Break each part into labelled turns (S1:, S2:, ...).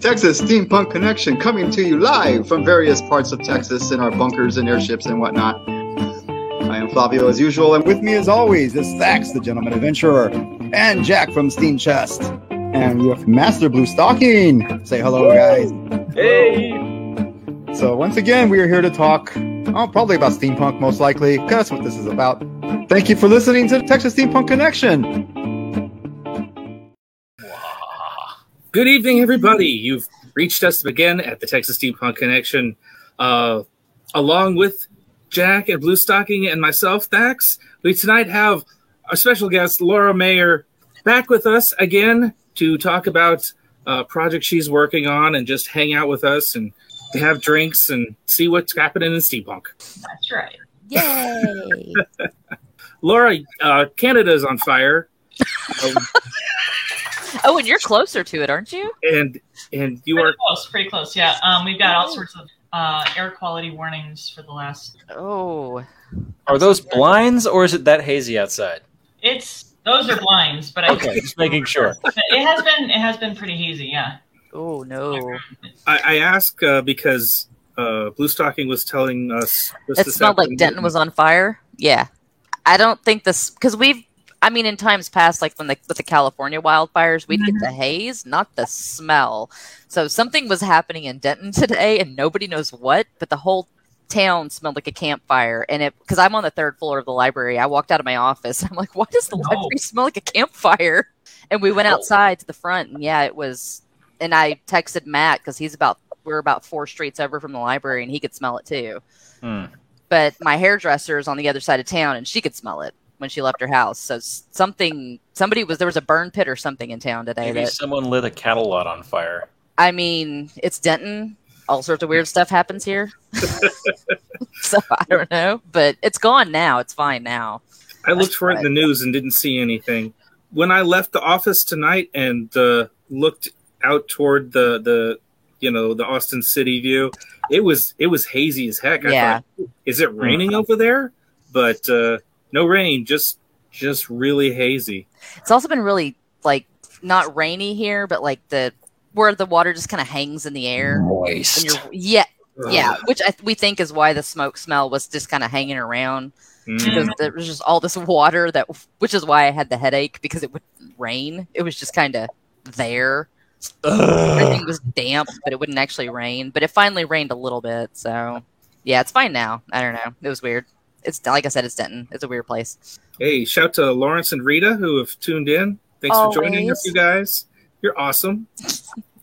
S1: Texas Steampunk Connection coming to you live from various parts of Texas in our bunkers and airships and whatnot. I am Flavio as usual, and with me as always is Thax, the gentleman adventurer, and Jack from Steam Chest. And we have Master Blue Stocking. Say hello, guys.
S2: Hey!
S1: So once again, we are here to talk, oh, probably about steampunk, most likely, 'cause that's what this is about. Thank you for listening to Texas Steampunk Connection.
S3: Good evening, everybody. You've reached us again at the Texas Steampunk Connection, uh, along with Jack and Blue Stocking and myself, Thax. We tonight have our special guest, Laura Mayer, back with us again to talk about uh, project she's working on and just hang out with us and have drinks and see what's happening in steampunk.
S2: That's right.
S4: Yay!
S3: Laura, uh, Canada is on fire,
S4: oh, and you're closer to it, aren't you?
S3: and and you
S2: pretty
S3: are
S2: close, pretty close. Yeah. Um, we've got all sorts of uh, air quality warnings for the last.
S4: Oh,
S5: Are those blinds or is it that hazy outside?
S2: It's those are blinds, but I
S5: Okay, just making sure.
S2: it has been it has been pretty hazy. Yeah.
S4: oh no!
S3: I, I ask uh, because uh, Blue Stocking was telling us this
S4: That
S3: this
S4: smelled like
S3: afternoon.
S4: Denton was on fire. Yeah, I don't think this because we've. I mean, in times past, like when the with the California wildfires, we'd get the haze, not the smell. So something was happening in Denton today, and nobody knows what. But the whole town smelled like a campfire, and it because I'm on the third floor of the library. I walked out of my office. I'm like, why does the
S2: No.
S4: library smell like a campfire? And we went outside to the front, and yeah, it was. And I texted Matt because he's about we're about four streets over from the library, and he could smell it too
S5: Hmm.
S4: but my hairdresser is on the other side of town and she could smell it when she left her house so s- something somebody was there was a burn pit or something in town today
S5: Maybe
S4: that
S5: someone lit a cattle lot on fire.
S4: i mean it's denton all sorts of weird stuff happens here so i don't know but it's gone now it's fine now
S3: I looked for it in the news and didn't see anything. When I left the office tonight and uh, looked out toward the the you know the Austin City view, it was it was hazy as heck.
S4: Yeah.
S3: I thought, is it raining over there? But uh, no rain, just just really hazy.
S4: it's also been really like not rainy here but like the where the water just kind of hangs in the air and
S5: Moist.
S4: you're, yeah yeah which I, we think is why the smoke smell was just kind of hanging around
S3: Mm.
S5: Mm-hmm.
S4: because there was just all this water that which is why i had the headache because it would rain it was just kind of there everything was damp but it wouldn't actually rain but it finally rained a little bit so yeah it's fine now i don't know it was weird it's like i said it's denton it's a weird place
S3: Hey, shout to Lawrence and Rita who have tuned in. Thanks for joining us,
S4: Always.
S3: you guys. You're awesome.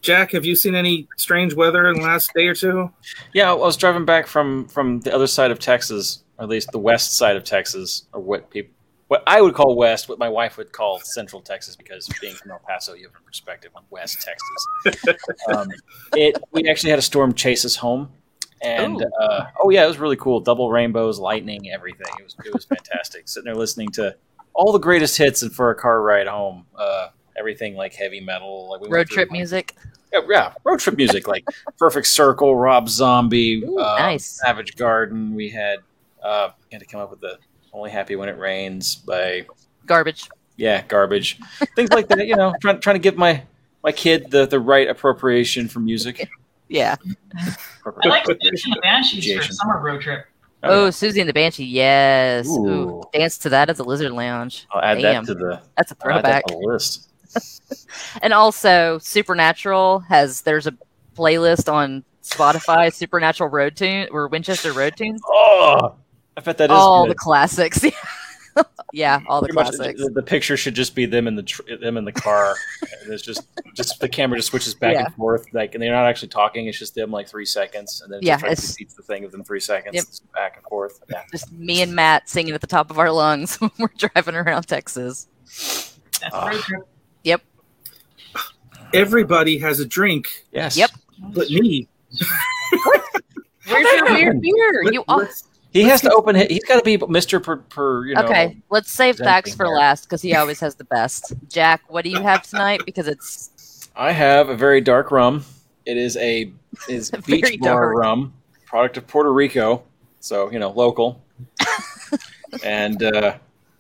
S3: Jack, have you seen any strange weather in the last day or two?
S5: Yeah, well, I was driving back from from the other side of Texas, or at least the west side of Texas, or what people what I would call west, what my wife would call central Texas, because being from El Paso, you have a perspective on west Texas. um, it we actually had a storm chase us home, and
S4: Ooh.
S5: uh, oh yeah, it was really cool. Double rainbows, lightning, everything. It was it was fantastic. Sitting there listening to all the greatest hits, and for a car ride home, uh, everything like heavy metal, like we went
S4: road
S5: through,
S4: trip
S5: like,
S4: music
S5: yeah, yeah, road trip music like Perfect Circle, Rob Zombie,
S4: Ooh,
S5: uh,
S4: nice.
S5: Savage Garden. We had uh, had to come up with the Only Happy When It Rains by
S4: garbage
S5: yeah, garbage things like that. You know, trying trying to give my my kid the the right appropriation for music.
S4: yeah
S2: I like Sushi and the Banshees for a
S5: Jason.
S2: summer road trip.
S4: oh,
S5: yeah.
S4: susie and the banshee yes Ooh.
S5: Ooh.
S4: dance to that at the lizard lounge
S5: I'll add
S4: damn
S5: that to the
S4: that's a
S5: I'll add that
S4: throwback
S5: to Oh, the list.
S4: And also, Supernatural has there's a playlist on Spotify, Supernatural Road Tune or Winchester Road Tunes.
S5: Oh, I bet that is
S4: all
S5: good.
S4: the classics. yeah, all the
S5: Pretty much
S4: classics.
S5: the, the picture should just be them in the tr- them in the car. and it's just just the camera just switches back
S4: Yeah.
S5: and forth, like, and they're not actually talking. It's just them like three seconds, and then it
S4: Yeah,
S5: just tries
S4: it's-
S5: to repeats the thing of them three seconds,
S4: Yep.
S5: it's back and forth. Yeah.
S4: Just me and Matt singing at the top of our lungs when we're driving around Texas.
S2: That's
S5: Ah.
S2: a road trip.
S3: Everybody has a drink,
S5: Yes.
S4: Yep.
S3: but me.
S4: Where's your weird beer?
S3: Let-
S4: You all-
S3: let's-
S5: He has to open. His, he's got to be Mister per, per. You know.
S4: okay? Let's save
S5: presenting
S4: Thax for
S5: there.
S4: last because he always has the best. Jack, what do you have tonight? Because it's
S5: I have a very dark rum. It is a is
S4: Very
S5: beach bar
S4: dark.
S5: rum, product of Puerto Rico, so you know local, and uh,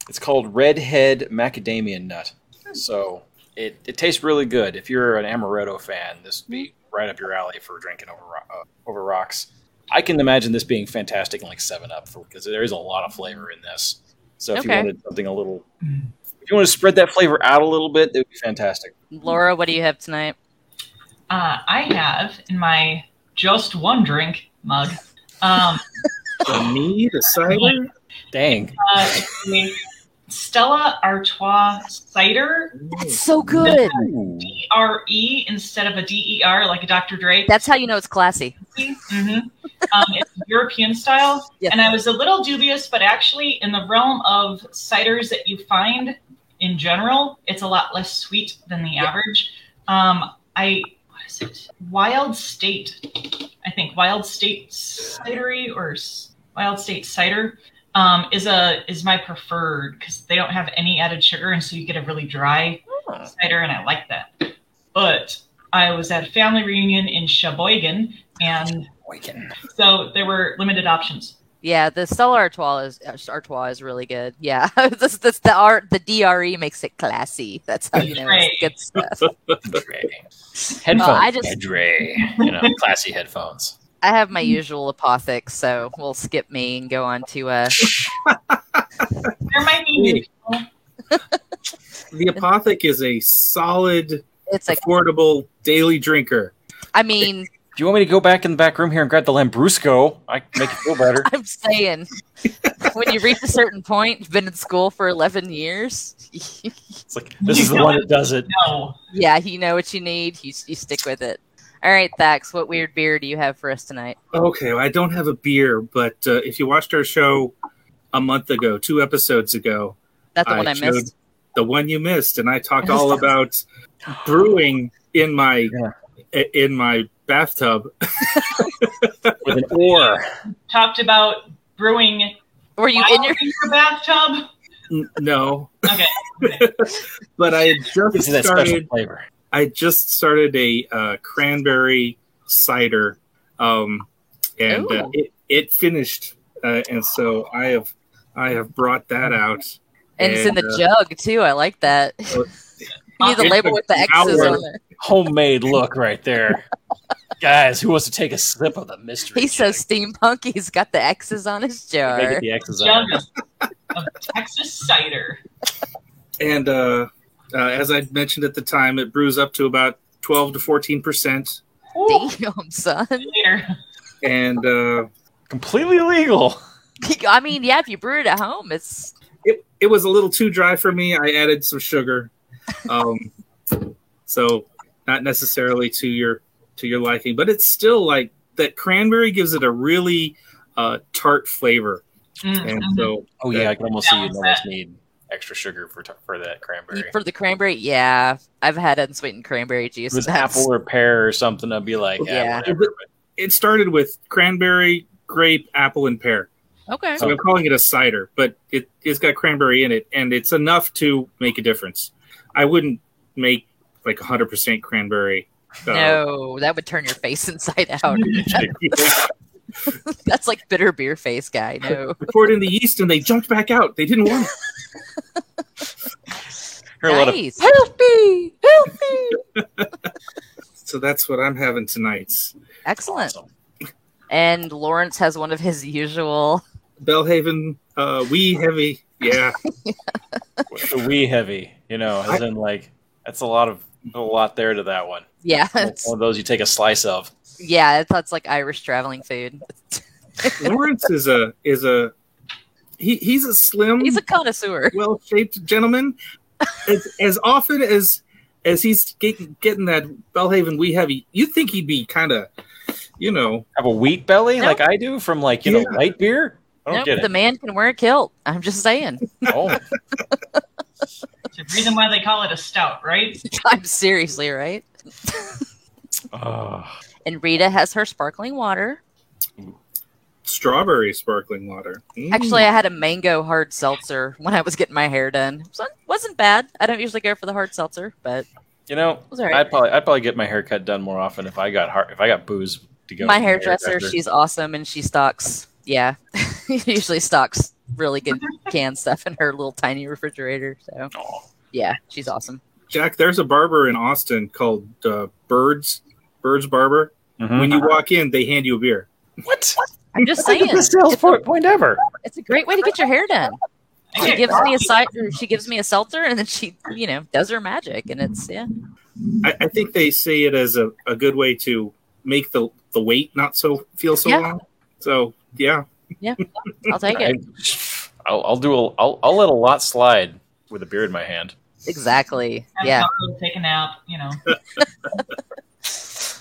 S5: it's called Redhead Macadamia Nut. So it, it tastes really good. If you're an amaretto fan, this would be right up your alley for drinking over ro- uh, over rocks. I can imagine this being fantastic in like Seven Up for because there is a lot of flavor in this. So if
S4: Okay.
S5: you wanted something a little, if you want to spread that flavor out a little bit, it would be fantastic.
S4: Laura, what do you have tonight?
S2: Uh, I have in my just one drink mug. Um,
S3: For me, the cider.
S5: Dang,
S2: uh, it's the Stella Artois cider,
S4: That's so good.
S2: D R E instead of a D E R like a Dr. Dre.
S4: That's how you know it's classy.
S2: Mhm. Um, it's European style.
S4: Yes.
S2: And I was a little dubious, but actually, in the realm of ciders that you find in general, it's a lot less sweet than the average. Um, I, what is it? Wild State. I think Wild State Cidery or s- Wild State Cider. Um, is a is my preferred because they don't have any added sugar and so you get a really dry cider and I like that. But I was at a family reunion in Sheboygan and
S5: Boykin.
S2: so there were limited options.
S4: Yeah, the Stella Artois is uh, Artois is really good. Yeah, this, this, the art the DRE makes it classy. That's how you know it's good stuff.
S5: Headphones,
S4: I just-
S5: Dre, you know, classy headphones.
S4: I have my usual apothec, so we'll skip me and go on to uh.
S2: There might be new people.
S3: The apothec is a solid,
S4: It's like
S3: affordable daily drinker.
S4: I mean
S5: Do you want me to go back in the back room here and grab the Lambrusco? I can make you feel better.
S4: I'm saying when you reach a certain point, you've been in school for eleven years.
S5: It's like this is the one that does it.
S2: No.
S4: yeah, you know what you need. You you stick with it. All right, Thax, what weird beer do you have for us tonight?
S3: Okay, well, I don't have a beer, but uh, if you watched our show a month ago, two episodes ago,
S4: That's the
S3: I
S4: one I
S3: showed-
S4: missed.
S3: the one you missed, and I talked all about brewing in my
S5: Yeah.
S3: i- in my bathtub.
S5: with an oar.
S2: Talked about brewing
S4: Were you in
S2: while
S4: your?
S2: in your bathtub.
S3: N- No,
S2: Okay.
S3: but I had just
S5: This is that special
S3: started.
S5: flavor.
S3: I just started a uh, cranberry cider, um, and uh,
S4: Ooh.
S3: it, it finished, uh, and so I have I have brought that out.
S4: And it's in
S3: and,
S4: the
S5: uh,
S4: jug too. I like that.
S3: uh,
S4: you need the
S3: it
S4: label
S3: took
S4: with the
S3: an
S4: X's
S3: hour.
S4: on it.
S5: Homemade look right there. Guys, who wants to take a sip of the mystery?
S4: He's so steampunk. He's got the X's on his
S5: I get
S4: jar.
S5: the X's out.
S2: Jug of, of Texas cider.
S3: and uh, uh, as I mentioned at the time, it brews up to about twelve to fourteen percent,
S2: Ooh,
S4: Damn, son.
S2: later.
S3: and uh,
S5: Completely illegal.
S4: I mean, yeah, if you brew it at home, it's
S3: it it was a little too dry for me. I added some sugar, um, so not necessarily to your to your liking, but it's still like that cranberry gives it a really uh, tart flavor,
S2: Mm,
S3: and
S2: mhm.
S3: so
S5: Oh yeah, I can almost see you almost need extra sugar for for that cranberry.
S4: for the cranberry. Yeah, I've had unsweetened cranberry juice.
S5: If it was
S4: and that's-
S5: apple or pear or something, I'd be like, yeah,
S4: Yeah.
S5: whatever.
S3: it started with cranberry, grape, apple, and pear.
S4: Okay.
S3: So I'm calling it a cider, but it, it's got cranberry in it, and it's enough to make a difference. I wouldn't make like 100% cranberry. uh,
S4: No, that would turn your face inside out. That's like bitter beer face guy. No.
S3: I poured in the yeast, and they jumped back out. They didn't want it.
S5: Hear a lot of
S4: nice. Help me! Help me!
S3: So that's what I'm having tonight.
S4: Excellent.
S5: awesome.
S4: And Lawrence has one of his usual.
S3: Bellhaven, uh, wee heavy. Yeah,
S5: the wee heavy, you know, as in like that's a lot of a lot there to that one.
S4: Yeah,
S5: One
S4: it's,
S5: of those you take a slice of.
S4: yeah, it- that's like Irish traveling food.
S3: Lawrence is a is a he, he's a slim,
S4: He's a connoisseur.
S3: well shaped gentleman. As, as often as as he's get, getting that Bellhaven wee heavy, you'd think he'd be kind of, you know,
S5: Have a wheat belly
S4: No.
S5: like I do from like you know
S3: Yeah.
S5: light beer. I don't
S4: Nope,
S5: get
S4: the
S5: it.
S4: man can wear a kilt. I'm just saying.
S5: Oh,
S2: It's the reason why they call it a stout, right?
S4: I'm seriously right.
S5: Ah.
S4: And Rita has her sparkling water.
S3: strawberry sparkling water. Mm.
S4: Actually, I had a mango hard seltzer when I was getting my hair done. So wasn't bad. I don't usually go for the hard seltzer, but
S5: you know,
S4: it was all right.
S5: I'd probably I'd probably get my haircut done more often if I got har if I got booze to go.
S4: my
S5: with
S4: hairdresser,
S5: hairdresser.
S4: she's awesome and she stocks, yeah, usually stocks really good canned stuff in her little tiny refrigerator. So, yeah, she's awesome.
S3: Jack, there's a barber in Austin called uh, Birds Bird's Barber, when
S5: Mhm.
S3: you walk in, they hand you a beer.
S5: What?
S4: I'm just
S5: That's
S4: saying.
S5: the sales
S4: It's a,
S5: point ever.
S4: it's a great way to get your hair done.
S2: I
S4: She
S2: get
S4: gives me a
S2: coffee.
S4: cider, she gives me a seltzer, and then she, you know, does her magic, and it's yeah.
S3: I, I think they say it as a, a good way to make the, the wait not so feel so
S4: Yeah.
S3: long. So yeah,
S4: I'll take it.
S5: I- I'll, I'll do a. I'll, I'll let a lot slide with a beer in my hand.
S4: Exactly.
S2: Have
S4: Yeah.
S2: coffee, Take a nap, you know.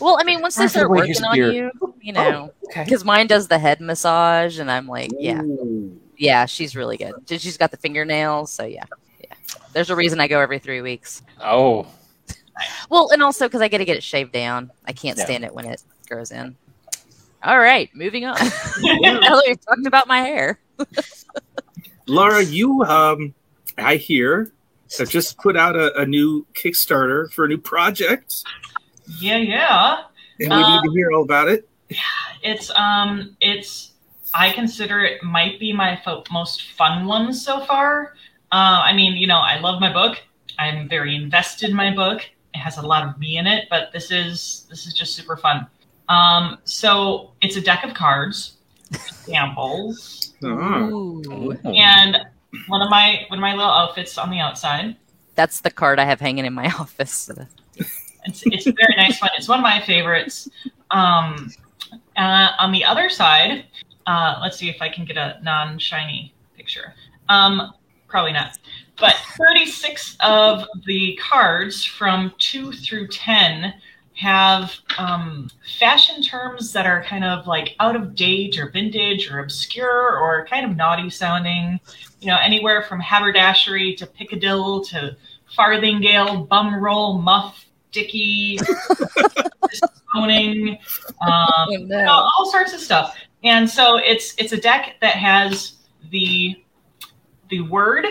S4: Well, I mean, once they
S5: After
S4: start
S5: the way you
S4: working on
S5: spear-
S4: you, you know,
S5: okay.
S4: because mine does the head massage, and I'm like, yeah,
S1: Mm.
S3: Ooh.
S4: yeah, she's really good. She- She's got the fingernails, so yeah, yeah. There's a reason I go every three weeks.
S5: Oh,
S4: Well, and also because I got to get it shaved down. I can't
S5: Yeah.
S4: stand it when it grows in. All right, moving on. Now that we talked about my hair.
S3: Laura, you um, I hear have just put out a, a new Kickstarter for a new project,
S2: yeah, yeah.
S3: and we need to hear all about it.
S2: It's um, it's I consider it might be my fo- most fun one so far. Uh, I mean, you know, I love my book. I'm very invested in my book. It has a lot of me in it, but this is this is just super fun. Um, so it's a deck of cards, samples,
S3: Oh.
S4: Ooh.
S2: and one of my one of my little outfits on the outside.
S4: That's the card I have hanging in my office.
S2: It's it's a very nice one. It's one of my favorites. Um, uh, on the other side, uh, let's see if I can get a non shiny picture. Um, probably not. But 36 of the cards from 2 through 10 have um, fashion terms that are kind of like out of date or vintage or obscure or kind of naughty sounding. You know, anywhere from haberdashery to piccadilly to farthingale, bumroll, muff, dicky, disowning. Um,
S4: Oh,
S2: you know,
S4: no.
S2: all sorts of stuff. And so it's it's a deck that has the the word,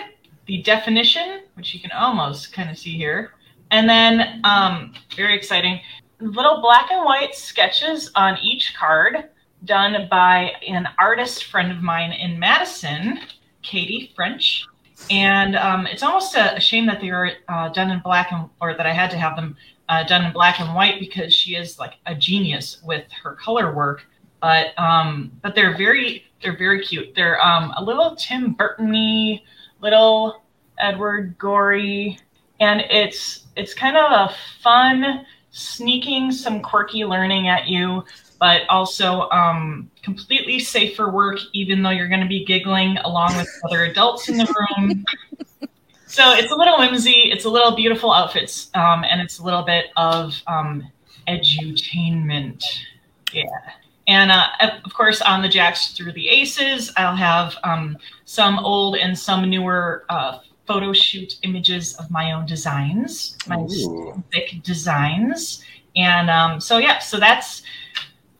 S2: the definition, which you can almost kind of see here, and then um, very exciting little black and white sketches on each card done by an artist friend of mine in Madison, Katie French. And um, it's almost a, a shame that they were uh, done in black and or that I had to have them uh, done in black and white because she is like a genius with her color work. But um, but they're very they're very cute. They're um, a little Tim Burtony, little Edward Gorey, and it's it's kind of a fun sneaking some quirky learning at you, but also um, completely safe for work, even though you're going to be giggling along with other adults in the room. So it's a little whimsy, it's a little beautiful outfits, um, and it's a little bit of um, edutainment. Yeah. And uh, of- of course, on the jacks through the aces, I'll have um, some old and some newer uh, photo shoot images of my own designs, my
S5: Ooh.
S2: thick designs. And um, so, yeah, so that's.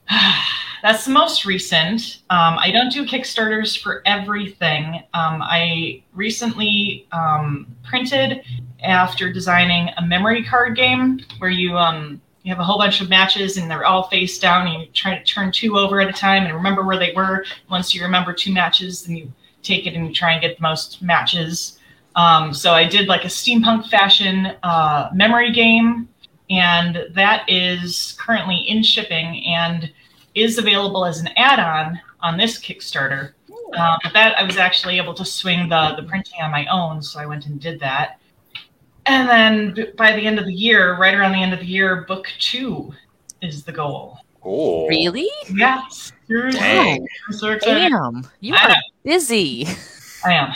S2: That's the most recent. Um, I don't do Kickstarters for everything. Um, I recently um, printed after designing a memory card game where you um, you have a whole bunch of matches and they're all face down. And you try to turn two over at a time and remember where they were. Once you remember two matches, then you take it and you try and get the most matches. Um, so I did like a steampunk fashion uh, memory game, and that is currently in shipping and is available as an add-on on this Kickstarter.
S4: Hmm.
S2: Um, but that I was actually able to swing the the printing on my own, so I went and did that. And then b- by the end of the year, right around the end of the year, book two is the goal.
S5: Oh.
S4: Really? Oh,
S2: Yes, seriously.
S5: Dang.
S2: I'm so excited.
S4: Damn, you
S2: I
S4: are
S2: know.
S4: busy.
S2: I am.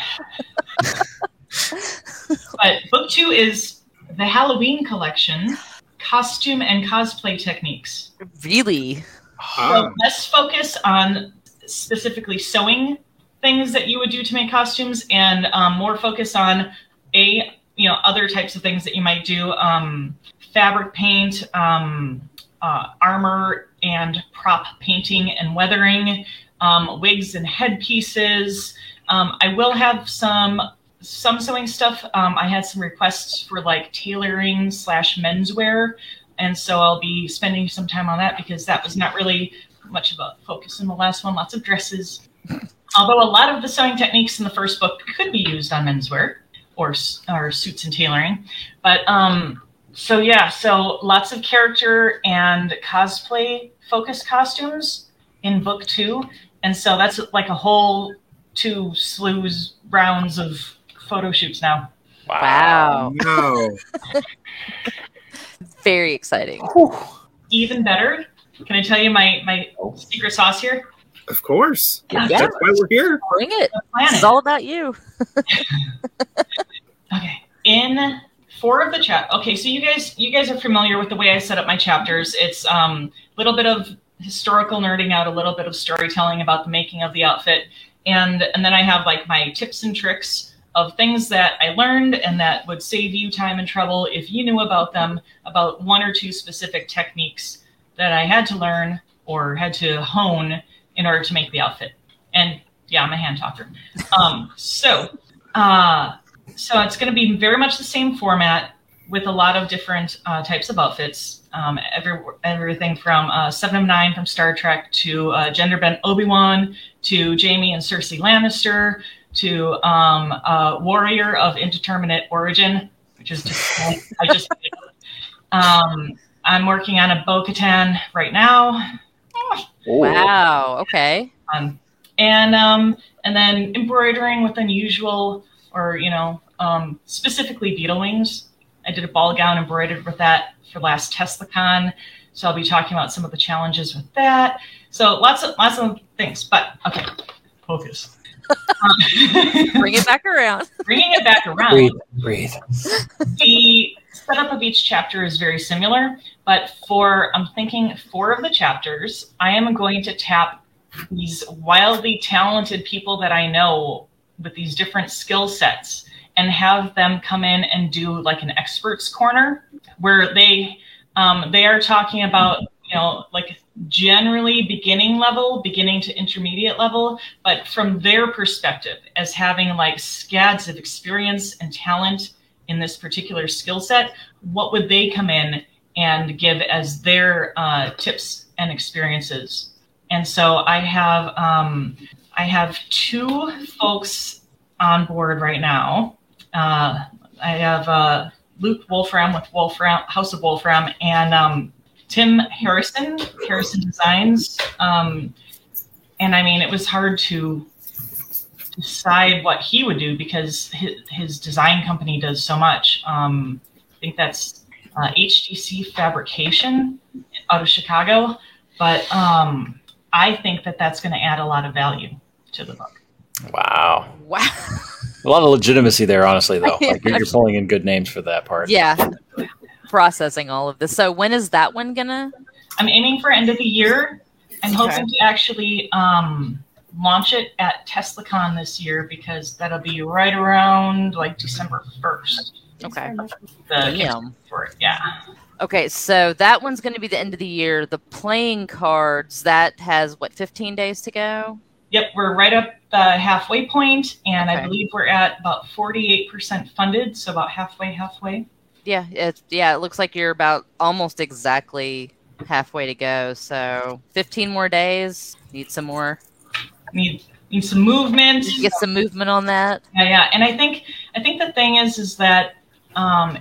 S2: but book two is the Halloween collection, costume and cosplay techniques.
S4: Really?
S3: Ah.
S2: So less focus on specifically sewing things that you would do to make costumes, and um, more focus on a you know other types of things that you might do: um, fabric paint, um, uh, armor, and prop painting and weathering, um, wigs and headpieces. Um, I will have some some sewing stuff. Um, I had some requests for like tailoring slash menswear and so I'll be spending some time on that because that was not really much of a focus in the last one. Lots of dresses, although a lot of the sewing techniques in the first book could be used on menswear or s- or suits and tailoring, but um, so yeah, so lots of character and cosplay focused costumes in book two, and so that's like a whole two slews rounds of photo shoots now.
S5: Um,
S4: Wow.
S1: No.
S4: Very exciting.
S2: Even better, can I tell you my my secret sauce here?
S3: Of course.
S4: Yeah.
S3: That's why we're here.
S4: Bring it.
S2: The
S4: This
S2: planet.
S4: is all about you.
S2: Okay. In four of the chap. Okay, so you guys you guys are familiar with the way I set up my chapters. It's um a little bit of historical nerding out, a little bit of storytelling about the making of the outfit, and and then I have like my tips and tricks of things that I learned and that would save you time and trouble if you knew about them, about one or two specific techniques that I had to learn or had to hone in order to make the outfit. And yeah, I'm a hand talker. Um, so uh so it's going to be very much the same format with a lot of different uh, types of outfits. Um, every, everything from uh, Seven of Nine from Star Trek to uh, gender bent Obi Wan to Jamie and Cersei Lannister to um, uh, Warrior of Indeterminate Origin, which is just I just um, I'm working on a Bo Katan right now.
S4: Wow. Okay.
S2: Um, and um, and then embroidering with unusual or you know um, specifically beetle wings. I did a ball gown embroidered with that for last TeslaCon, so I'll be talking about some of the challenges with that. So lots of lots of things, but okay, focus. Um,
S4: Bring it back around.
S2: bringing it back around
S5: Breathe, breathe.
S2: the setup of each chapter is very similar, but for I'm thinking four of the chapters, I am going to tap these wildly talented people that I know with these different skill sets and have them come in and do like an experts corner where they um, they are talking about you know like generally beginning level beginning to intermediate level but from their perspective as having like scads of experience and talent in this particular skill set, what would they come in and give as their uh, tips and experiences? And so I have um, I have two folks on board right now. Uh, I have uh, Luke Wolfram with Wolfram House of Wolfram and um, Tim Harrison Harrison Designs. Um, and I mean, it was hard to decide what he would do because his, his design company does so much. Um, I think that's uh, HDC Fabrication out of Chicago, but um, I think that that's going to add a lot of value to the book.
S5: Wow.
S4: Wow.
S5: A lot of legitimacy there, honestly, though. Like you're,
S4: Yeah.
S5: you're pulling in good names for that part.
S4: Yeah. Processing all of this. So when is that one gonna?
S2: I'm aiming for end of the year. I'm
S4: Okay.
S2: hoping to actually um, launch it at TeslaCon this year because that'll be right around like December 1st.
S4: Okay.
S2: The
S4: Damn.
S2: for it, yeah.
S4: Okay. So that one's gonna be the end of the year. The playing cards that has what 15 days to go.
S2: Yep, we're right up the halfway point, and I
S4: Okay.
S2: believe we're at about 48% funded, so about halfway, halfway.
S4: Yeah. It's yeah. It looks like you're about almost exactly halfway to go. So 15 more days. Need some more.
S2: Need need some movement.
S4: Get some movement on that.
S2: Yeah, yeah. And I think I think the thing is is that um,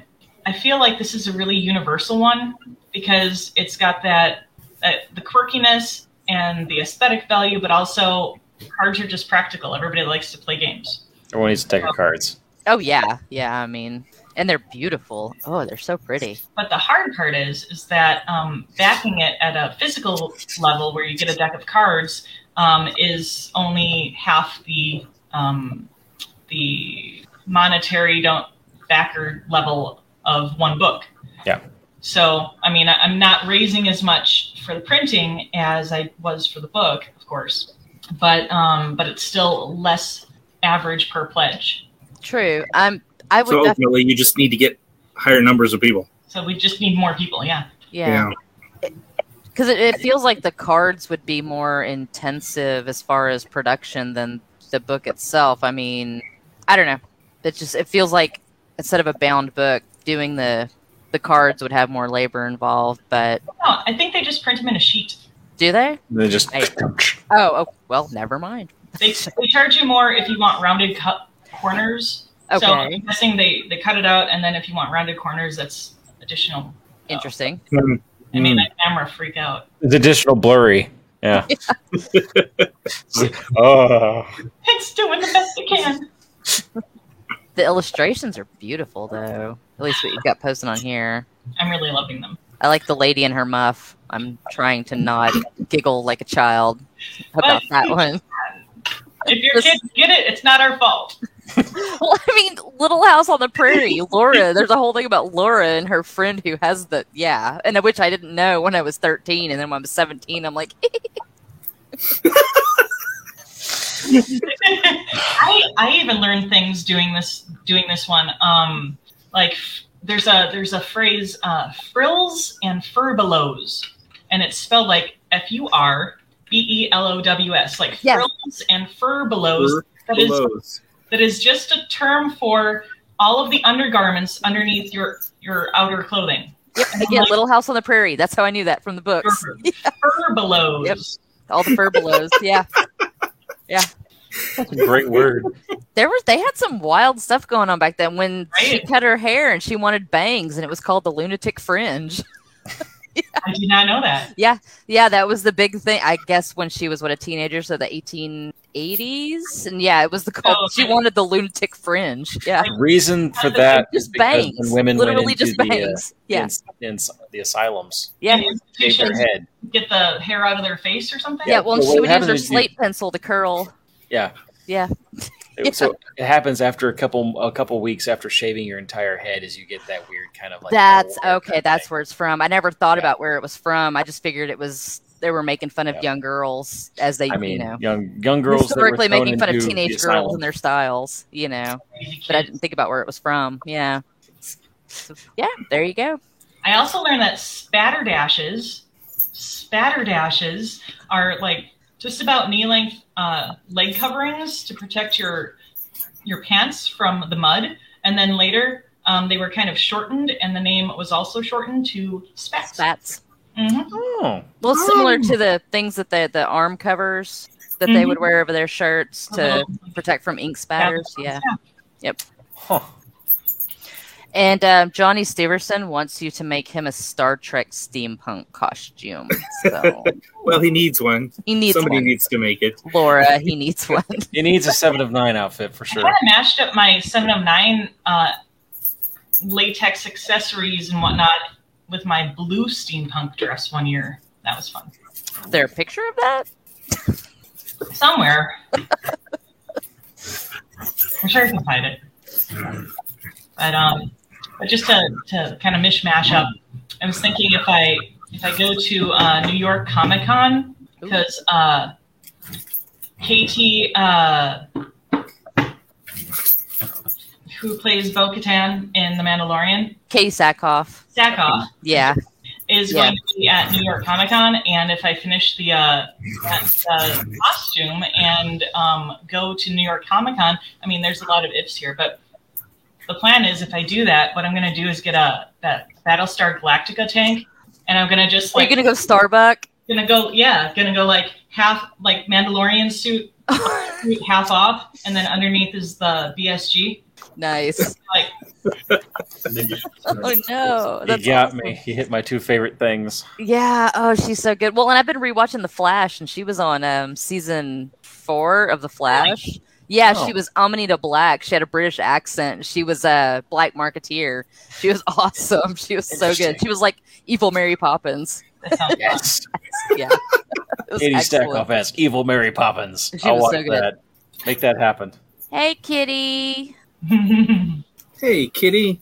S2: I feel like this is a really universal one because it's got that, that the quirkiness and the aesthetic value, but also cards are just practical. Everybody likes to play games.
S5: Everyone needs to take their cards.
S4: Oh yeah. Yeah. I mean, and they're beautiful. Oh, they're so pretty.
S2: But the hard part is, is that um, backing it at a physical level where you get a deck of cards um, is only half the um, the monetary don't backer level of one book.
S5: Yeah.
S2: So I mean, I- I'm not raising as much for the printing as I was for the book, of course, but um, but it's still less average per pledge.
S4: True. I'm. I would.
S3: So
S4: def-
S3: ultimately, you just need to get higher numbers of people.
S2: So we just need more people. Yeah.
S4: yeah. because it, it feels like the cards would be more intensive as far as production than the book itself i mean i don't know it just it feels like instead of a bound book doing the the cards would have more labor involved but
S2: No, I think they just print them in a sheet.
S4: do they
S5: And they just
S4: Right. oh, oh well never mind
S2: They, they charge you more if you want rounded cut corners. So
S4: okay
S2: I'm guessing they, they cut it out, and then if you want rounded corners, that's additional.
S4: Interesting.
S2: I mean, that camera freak out.
S5: It's additional blurry. Yeah. oh.
S2: It's doing the best it can.
S4: The illustrations are beautiful, though. At least what you've got posted on here.
S2: I'm really loving them.
S4: I like the lady in her muff. I'm trying to not giggle like a child about that one.
S2: If your kids get it, it's not our fault.
S4: Well, I mean, Little House on the Prairie, Laura. There's a whole thing about Laura and her friend who has the yeah, and which I didn't know when I was 13, and then when I was 17, I'm like,
S2: I, I even learned things doing this doing this one. Um, like f- there's a there's a phrase uh, frills and furbelows, and it's spelled like F U R B E L O W S, like
S4: Yeah.
S2: frills and furbelows. That is
S3: Blows.
S2: that is just a term for all of the undergarments underneath your your outer clothing.
S4: yep, again, Little House on the Prairie. That's how I knew that from the books.
S2: Fur, furbelows.
S4: Yep. All the furbelows. Yeah,
S5: Great word.
S4: there was they had some wild stuff going on back then when she
S2: Right.
S4: cut her hair and she wanted bangs, and it was called the lunatic fringe.
S2: I did not know that.
S4: Yeah, that was the big thing. I guess when she was what a teenager, so the 1880s, and yeah, it was the called.
S2: Oh,
S4: She
S2: okay.
S4: wanted the lunatic fringe. Yeah,
S5: The reason for that is
S4: just
S5: because
S4: bangs.
S5: when women
S4: literally
S5: went into
S4: just
S5: the, uh,
S4: bangs. yeah,
S5: ins- ins- the asylums,
S4: yeah,
S2: The
S5: they shaved their
S2: institutions
S5: head.
S2: get the hair out of their face or something.
S4: yeah. Well,
S5: Well,
S4: she
S5: what
S4: would use
S5: happened
S4: her
S5: is you-
S4: slate pencil to curl.
S5: Yeah.
S4: Yeah.
S5: It- So it happens after a couple a couple weeks after shaving your entire head, is you get that weird kind of like. oh,
S4: that's
S5: bowl
S4: okay. That's
S5: thing.
S4: where it's from. I never thought
S5: Yeah.
S4: about where it was from. I just figured it was they were making fun of
S5: Yeah.
S4: young girls as they,
S5: I mean,
S4: you know,
S5: young young girls that were
S4: historically
S5: thrown
S4: making fun of
S5: into the
S4: teenage girls
S5: asylum.
S4: and their styles. You know,
S2: Crazy
S4: but I
S2: kids.
S4: didn't think about where it was from. Yeah. Yeah, there you go.
S2: I also learned that spatterdashes, spatterdashes are like just about knee length uh, leg coverings to protect your your pants from the mud. And then later, um, they were kind of shortened, and the name was also shortened to spats.
S4: Spats.
S2: Mhm.
S5: Oh,
S4: Well, it's similar
S3: Oh.
S4: to the things that the the arm covers that they would wear over their shirts
S2: Uh-huh.
S4: to protect from ink spatters. Yeah.
S5: huh.
S4: And um, Johnny Steverson wants you to make him a Star Trek steampunk costume. So
S3: Well, he needs one.
S4: he needs
S3: Somebody
S4: one.
S3: needs to make it.
S4: Laura, he needs one.
S5: It needs a seven of nine outfit for
S2: I
S5: sure.
S2: kind of mashed up my seven of nine uh, latex accessories and whatnot with my blue steampunk dress one year. That was fun.
S4: Is there a picture of that?
S2: somewhere. I'm sure I can find it. But um, but just to, to kind of mishmash up, I was thinking if I if I go to uh, New York Comic Con because uh, Katie uh, who plays Bo Katan in The Mandalorian,
S4: Katie Sackhoff.
S2: Sackhoff,
S4: Yeah.
S2: is
S4: Yeah.
S2: going to be at New York Comic Con, and if I finish the, uh, the costume and um, go to New York Comic Con, I mean, there's a lot of ifs here, but the plan is if I do that, what I'm going to do is get a that Battlestar Galactica tank, and I'm going to just
S4: Are you
S2: like
S4: gonna go Starbuck?
S2: gonna go yeah, gonna go like half like Mandalorian suit suit half off, and then underneath is the BSG.
S4: nice.
S2: Like
S4: Oh no.
S5: You
S4: That's
S5: got
S4: awesome.
S5: me. He hit my two favorite things.
S4: Yeah. Oh, she's so good. Well, and I've been rewatching The Flash, and she was on um season four of The Flash. Yeah,
S5: Oh.
S4: she was Amanita Black. She had a British accent. She was a black marketeer. She was awesome. She was so good.
S5: Interesting.
S4: She was like evil Mary Poppins.
S2: that sounds fun.
S5: Yes,
S4: Yeah. It was
S5: Katie
S4: excellent.
S5: Stackhoff as evil Mary Poppins.
S4: She
S5: I'll
S4: was
S5: watch
S4: so good.
S5: that. Make that happen.
S4: Hey, Kitty.
S3: Hey, kitty.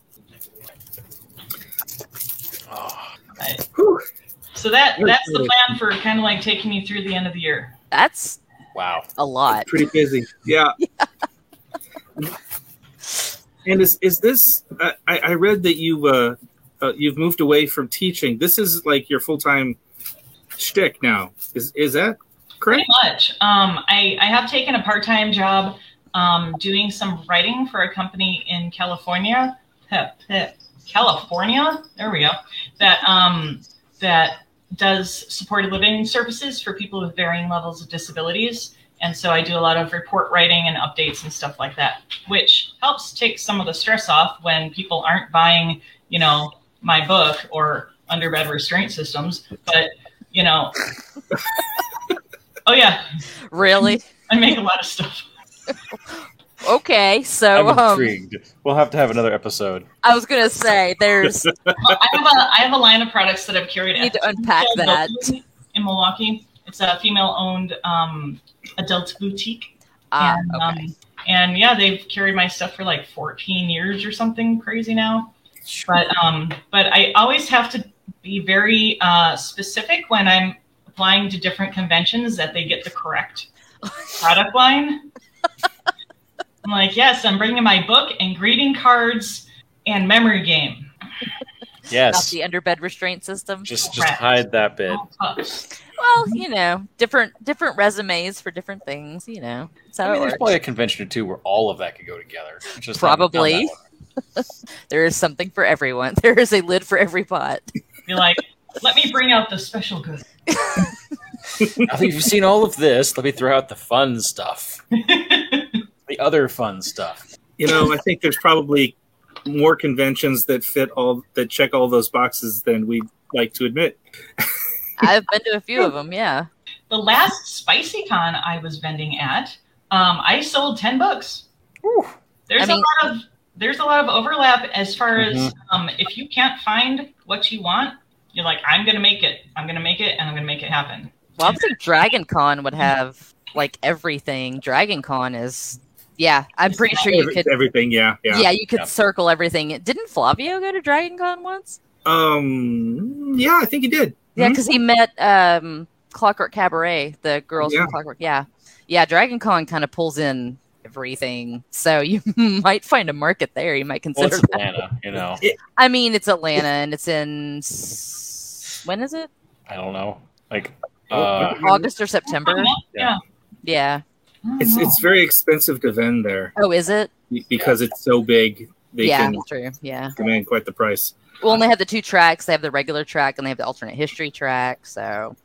S5: Oh,
S3: Whew.
S2: so that that's the plan for kind of like taking me through the end of the year.
S4: That's
S5: wow.
S4: a lot.
S3: pretty busy. Yeah. and is is this? I, I I read that you uh, uh, you've moved away from teaching. This is like your full time shtick now. Is is that correct?
S2: Pretty much. Um, I, I have taken a part time job um, doing some writing for a company in California. Heh, heh. California? There we go. That, um, that does supported living services for people with varying levels of disabilities. And so I do a lot of report writing and updates and stuff like that, which helps take some of the stress off when people aren't buying, you know, my book or underbed restraint systems, but you know, oh yeah,
S4: Really?
S2: I make a lot of stuff.
S4: Okay. So
S5: I'm
S4: um,
S5: intrigued. We'll have to have another episode.
S4: I was gonna say there's
S2: I have a I have a line of products that I've carried.
S4: You need
S2: at
S4: to unpack
S2: Female
S4: that.
S2: Boutique in Milwaukee. It's a female-owned um, adult boutique,
S4: ah
S2: and,
S4: okay.
S2: um, and yeah, they've carried my stuff for like 14 years or something crazy now. But um, but I always have to be very uh, specific when I'm applying to different conventions that they get the correct product line. I'm like, yes, I'm bringing my book and greeting cards and memory game.
S4: Not
S5: Yes.
S4: the Oh, underbed restraint system.
S5: Just just hide that bit.
S2: All cups.
S4: Well, you know, different different resumes for different things. You know, that's how
S5: I mean,
S4: it
S5: there's
S4: works.
S5: probably a convention or two where all of that could go together. It's Just haven't done
S4: Probably.
S5: that one.
S4: There is something for everyone. There is a lid for every pot.
S2: be like, let me bring out the special good.
S5: I think you've seen all of this. Let me throw out the fun stuff. the other fun stuff.
S3: You know, I think there's probably more conventions that fit all that check all those boxes than we'd like to admit.
S4: I've been to a few of them. Yeah.
S2: The last SpicyCon I was vending at, um, I sold ten books. There's
S4: I mean-
S2: a lot of there's a lot of overlap as far as
S5: Mhm.
S2: um, if you can't find what you want, you're like, I'm gonna make it. I'm gonna make it, and I'm gonna make it happen.
S4: Well, I think Dragon Con would have like everything. Dragon Con is, yeah. I'm pretty sure you
S3: Every-
S4: could.
S3: everything, yeah, yeah.
S4: Yeah, you could
S5: Yeah.
S4: circle everything. Didn't Flavio go to Dragon Con once?
S3: Um, yeah, I think he did.
S4: Yeah,
S5: Hmm?
S3: Mhm.
S4: because he met um, Clockwork Cabaret, the girls
S3: Yeah.
S4: from Clockwork. Yeah, yeah. Dragon Con kind of pulls in everything, so you might find a market there. You might
S5: Well,
S4: consider.
S5: it's
S4: that.
S5: Atlanta, you know.
S4: I mean, it's Atlanta, and it's in s- when is it?
S5: I don't know. Like,
S3: Mm-hmm. Oh,
S5: uh,
S4: August or September?
S2: Yeah.
S4: Yeah.
S2: I don't
S3: It's
S2: know.
S3: it's very expensive to vend there
S4: Oh, is it?
S3: because it's so big. They
S4: yeah,
S3: can
S4: that's true. Yeah.
S3: command quite the price.
S4: Well, and they have the two tracks. They have the regular track and they have the alternate history track. So,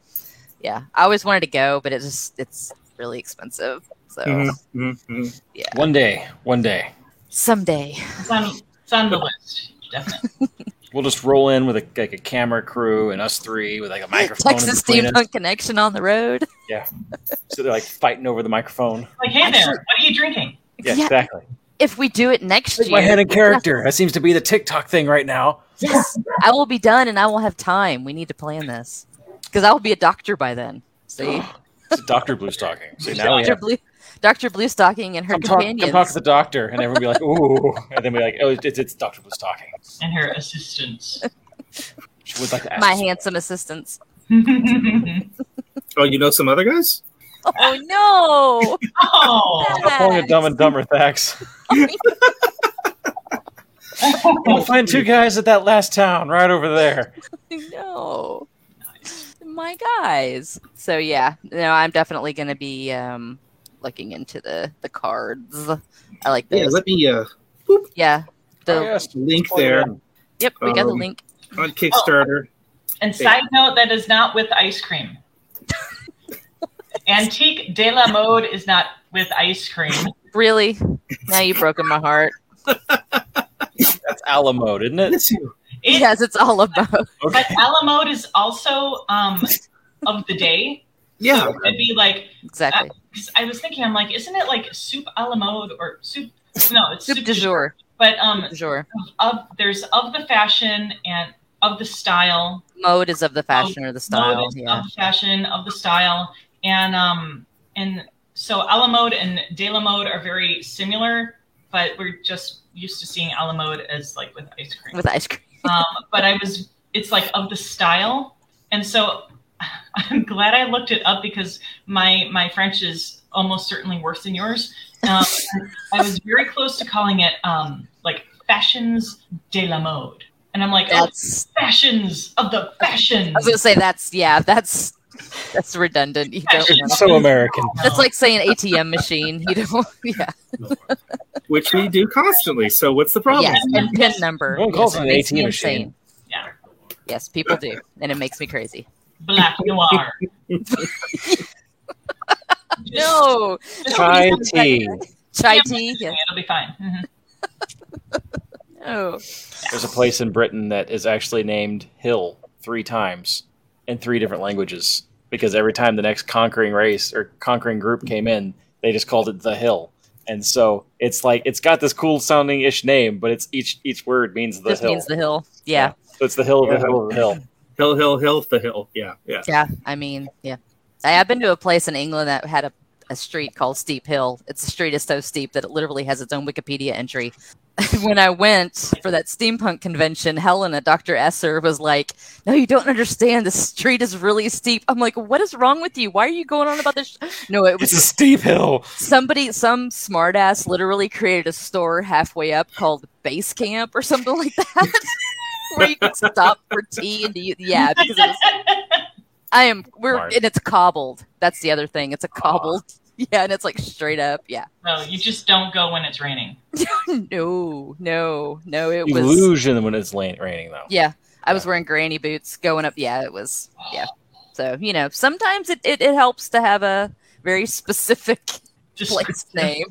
S4: yeah, I always wanted to go, but it just it's really expensive. So
S3: Mhm, mhm, mhm.
S5: one day, one day,
S4: someday,
S2: it's on it's on the list. Definitely.
S5: we'll just roll in with a, like a camera crew and us three with like a microphone. in
S4: Texas
S5: between us.
S4: steampunk connection on the road.
S5: So they're like fighting over the microphone.
S2: Like, hey there,
S4: Actually-
S2: what are you drinking?
S5: Yeah,
S4: Yeah.
S5: exactly.
S4: If we do it next
S5: Like my
S4: year,
S5: head in character. That seems to be the TikTok thing right now.
S4: yes, I will be done and I will have time. We need to plan this because I will be a doctor by then. See,
S5: It's Doctor Blue Stocking. So now we
S4: Doctor
S5: have,
S4: Blue, Doctor Blue Stocking and her
S5: come, talk,
S4: companions.
S5: come talk to the doctor, and everyone be like, "Ooh," and then be like, "Oh, it's, it's Doctor Blue Stocking."
S2: And her assistants.
S5: She would like to ask
S4: my
S5: us-
S4: handsome assistants.
S3: Oh, you know some other guys?
S4: Oh no!
S2: oh,
S5: I'm pulling a Dumb and Dumber Thax. We'll find two guys at that last town right over there.
S4: no. My guys. So yeah, no, I'm definitely gonna be um looking into the the cards. I like
S3: Yeah,
S4: those.
S3: let me uh
S4: Yeah. The,
S5: Oh, yes,
S3: link
S5: pull it
S3: there
S5: in.
S4: Yep, we got the
S3: Um,
S4: link.
S3: on Kickstarter.
S2: And side note, that is not with ice cream. Antique de la mode is not with ice cream.
S4: Really? Now you've broken my heart.
S5: That's Ala mode, isn't it?
S3: That's you.
S2: It,
S4: Yes, it's all about
S5: Okay.
S2: But a la mode is also um, of the day.
S3: Yeah,
S2: It'd be like,
S4: exactly.
S2: 'cause I was thinking, I'm like, isn't it like soup a la mode or soup? No, it's
S4: Soup du jour.
S2: But um,
S4: Du jour.
S2: of, there's of the fashion and of the style.
S4: Mode is of the fashion or the
S2: mode
S4: style.
S2: is
S4: Yeah.
S2: of the fashion of the style and um and so a la mode and de la mode are very similar but we're just used to seeing a la mode as like with ice cream
S4: With ice cream.
S2: um, but i was it's like of the style and so i'm glad i looked it up because my my french is almost certainly worse than yours um, i was very close to calling it um like fashions de la mode and i'm like oh,
S4: That's
S2: fashions of the fashions
S4: I was gonna say that's yeah, that's that's redundant. You don't
S2: Fashions.
S4: wanna-
S5: It's so American.
S4: that's like saying ATM machine. You don't yeah.
S3: which we do constantly. So what's the problem?
S4: Yes, and pin number.
S5: No one
S4: Yes,
S5: calls it an
S4: makes me
S5: ATM machine.
S4: insane.
S2: Yeah.
S4: Yes, people do, and it makes me crazy.
S2: black noir.
S4: No,
S2: Just-
S5: Chai
S4: Nobody
S5: tea.
S2: Mm-hmm.
S4: chai tea. Yeah.
S2: It'll be fine. Mhm.
S4: Oh,
S5: There's a place in Britain that is actually named Hill three times in three different languages because every time the next conquering race or conquering group came in, they just called it the Hill. And so it's like it's got this cool sounding ish name, but it's each each word means the
S4: this
S5: hill.
S4: means the hill. Yeah,
S5: so it's the hill of the
S3: Yeah.
S5: hill of the hill.
S3: Hill, hill, hill, the hill. Yeah, yeah.
S4: yeah. I mean, yeah. I, I've been to a place in England that had a, a street called Steep Hill. It's a street is so steep that it literally has its own Wikipedia entry. when I went for that steampunk convention, Helena, Dr. Esser, was like, No, you don't understand. The street is really steep. I'm like, What is wrong with you? Why are you going on about this? sh-" No, it was
S5: It's a steep hill.
S4: somebody some smartass literally created a store halfway up called base camp or something like that where you could stop for tea and you, yeah because it was, i am we're
S5: Smart.
S4: and it's cobbled that's the other thing it's a cobbled yeah and it's like straight up yeah
S2: No, you just don't go when it's raining.
S4: no no no it
S5: You
S4: was
S5: lose in when it's la- raining though.
S4: yeah i was wearing granny boots going up yeah it was yeah so you know sometimes it, it, it helps to have a very specific
S2: Just
S4: place name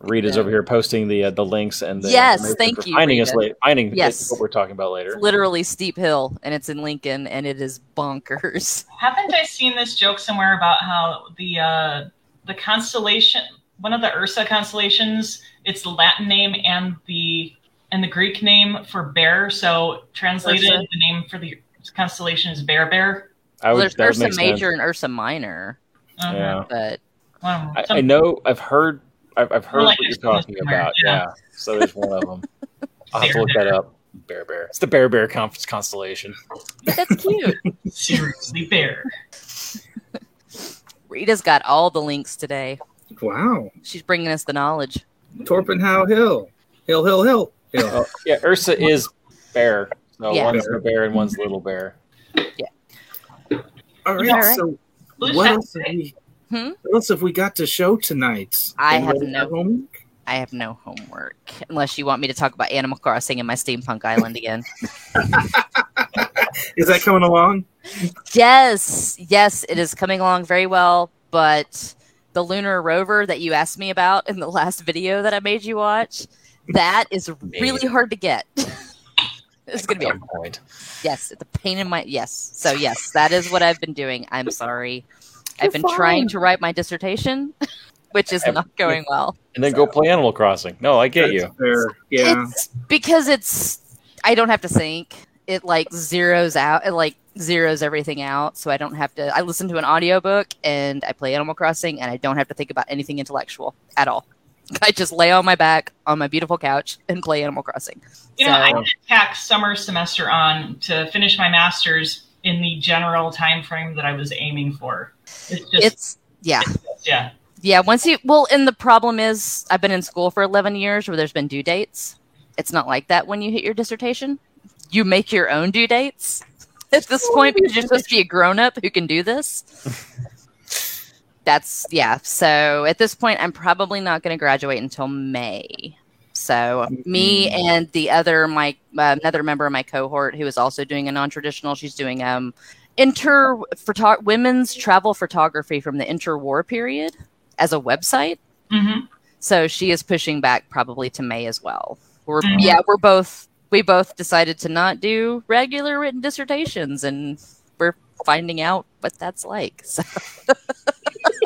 S5: Rita's
S4: Yeah.
S5: over here posting the uh, the links and the
S4: Yes,
S5: information
S4: thank
S5: for
S4: you,
S5: Finding us
S4: Rita.
S5: later, finding
S4: Yes.
S5: what we're talking about later.
S4: It's literally steep hill, and it's in Lincoln, and it is bonkers.
S2: Haven't I seen this joke somewhere about how the uh, the constellation, one of the Ursa constellations, it's the Latin name and the and the Greek name for bear. So translated,
S4: Ursa.
S2: the name for the constellation is Bear Bear.
S5: I would,
S4: There's
S5: that would
S4: Ursa
S5: make sense.
S4: Major and Ursa Minor,
S2: Uh-huh.
S5: Yeah.
S4: but
S2: Well,
S5: I, I
S2: some-
S5: know. I've heard. I've, I've heard
S2: Well, like
S5: what you're
S2: there's one
S5: talking
S2: somewhere,
S5: about. Yeah.
S2: yeah.
S5: So there's one of them. I'll have to
S2: Bear
S5: look that up. Bear Bear. It's the Bear Bear conf- constellation.
S4: that's cute.
S2: seriously, bear.
S4: Rita's got all the links today.
S3: Wow.
S4: She's bringing us the knowledge.
S3: Torpenhow Hill. Hill, hill, hill. hill.
S5: Oh, yeah, Ursa is bear. So
S4: Yeah.
S5: one's the bear and one's little bear.
S3: All right.
S4: All right.
S3: So,
S2: Blue
S3: what
S2: Sky-
S3: else, have we,
S4: Hmm?
S3: what else have we got to show tonight?
S4: I have
S3: Anybody
S4: no-
S3: homework?
S4: I have no homework unless you want me to talk about Animal Crossing and my steampunk island again.
S3: Is that coming along?
S4: Yes, yes, it is coming along very well. But the lunar rover that you asked me about in the last video that I made you watch, that is really hard to get. it's gonna be a
S5: Some point.
S4: Yes, the pain in my yes. So yes, that is what I've been doing. I'm sorry. I've been trying to write my dissertation, which is not going well.
S5: And then go play Animal Crossing. No, I get you.
S3: That's fair. Yeah.
S4: It's because it's I don't have to think. It like zeroes out it like zeroes everything out. So I don't have to I listen to an audiobook and I play Animal Crossing and I don't have to think about anything intellectual at all. I just lay on my back on my beautiful couch and play Animal Crossing.
S2: You know, I
S4: So-
S2: did tack summer semester on to finish my master's in the general time frame that I was aiming for. It's just
S4: It's yeah.
S2: yeah.
S4: Yeah, once you well, and the problem is I've been in school for 11 years where there's been due dates. It's not like that when you hit your dissertation. You make your own due dates at this point because you're supposed to be a grown up who can do this. That's yeah. So at this point, I'm probably not going to graduate until May. So me and the other my uh, another member of my cohort who is also doing a non-traditional. She's doing um inter photo- women's travel photography from the interwar period as a website.
S2: hmm
S4: So she is pushing back probably to May as well. We're
S2: Mhm.
S4: yeah, we're both we both decided to not do regular written dissertations and we're finding out what that's like. So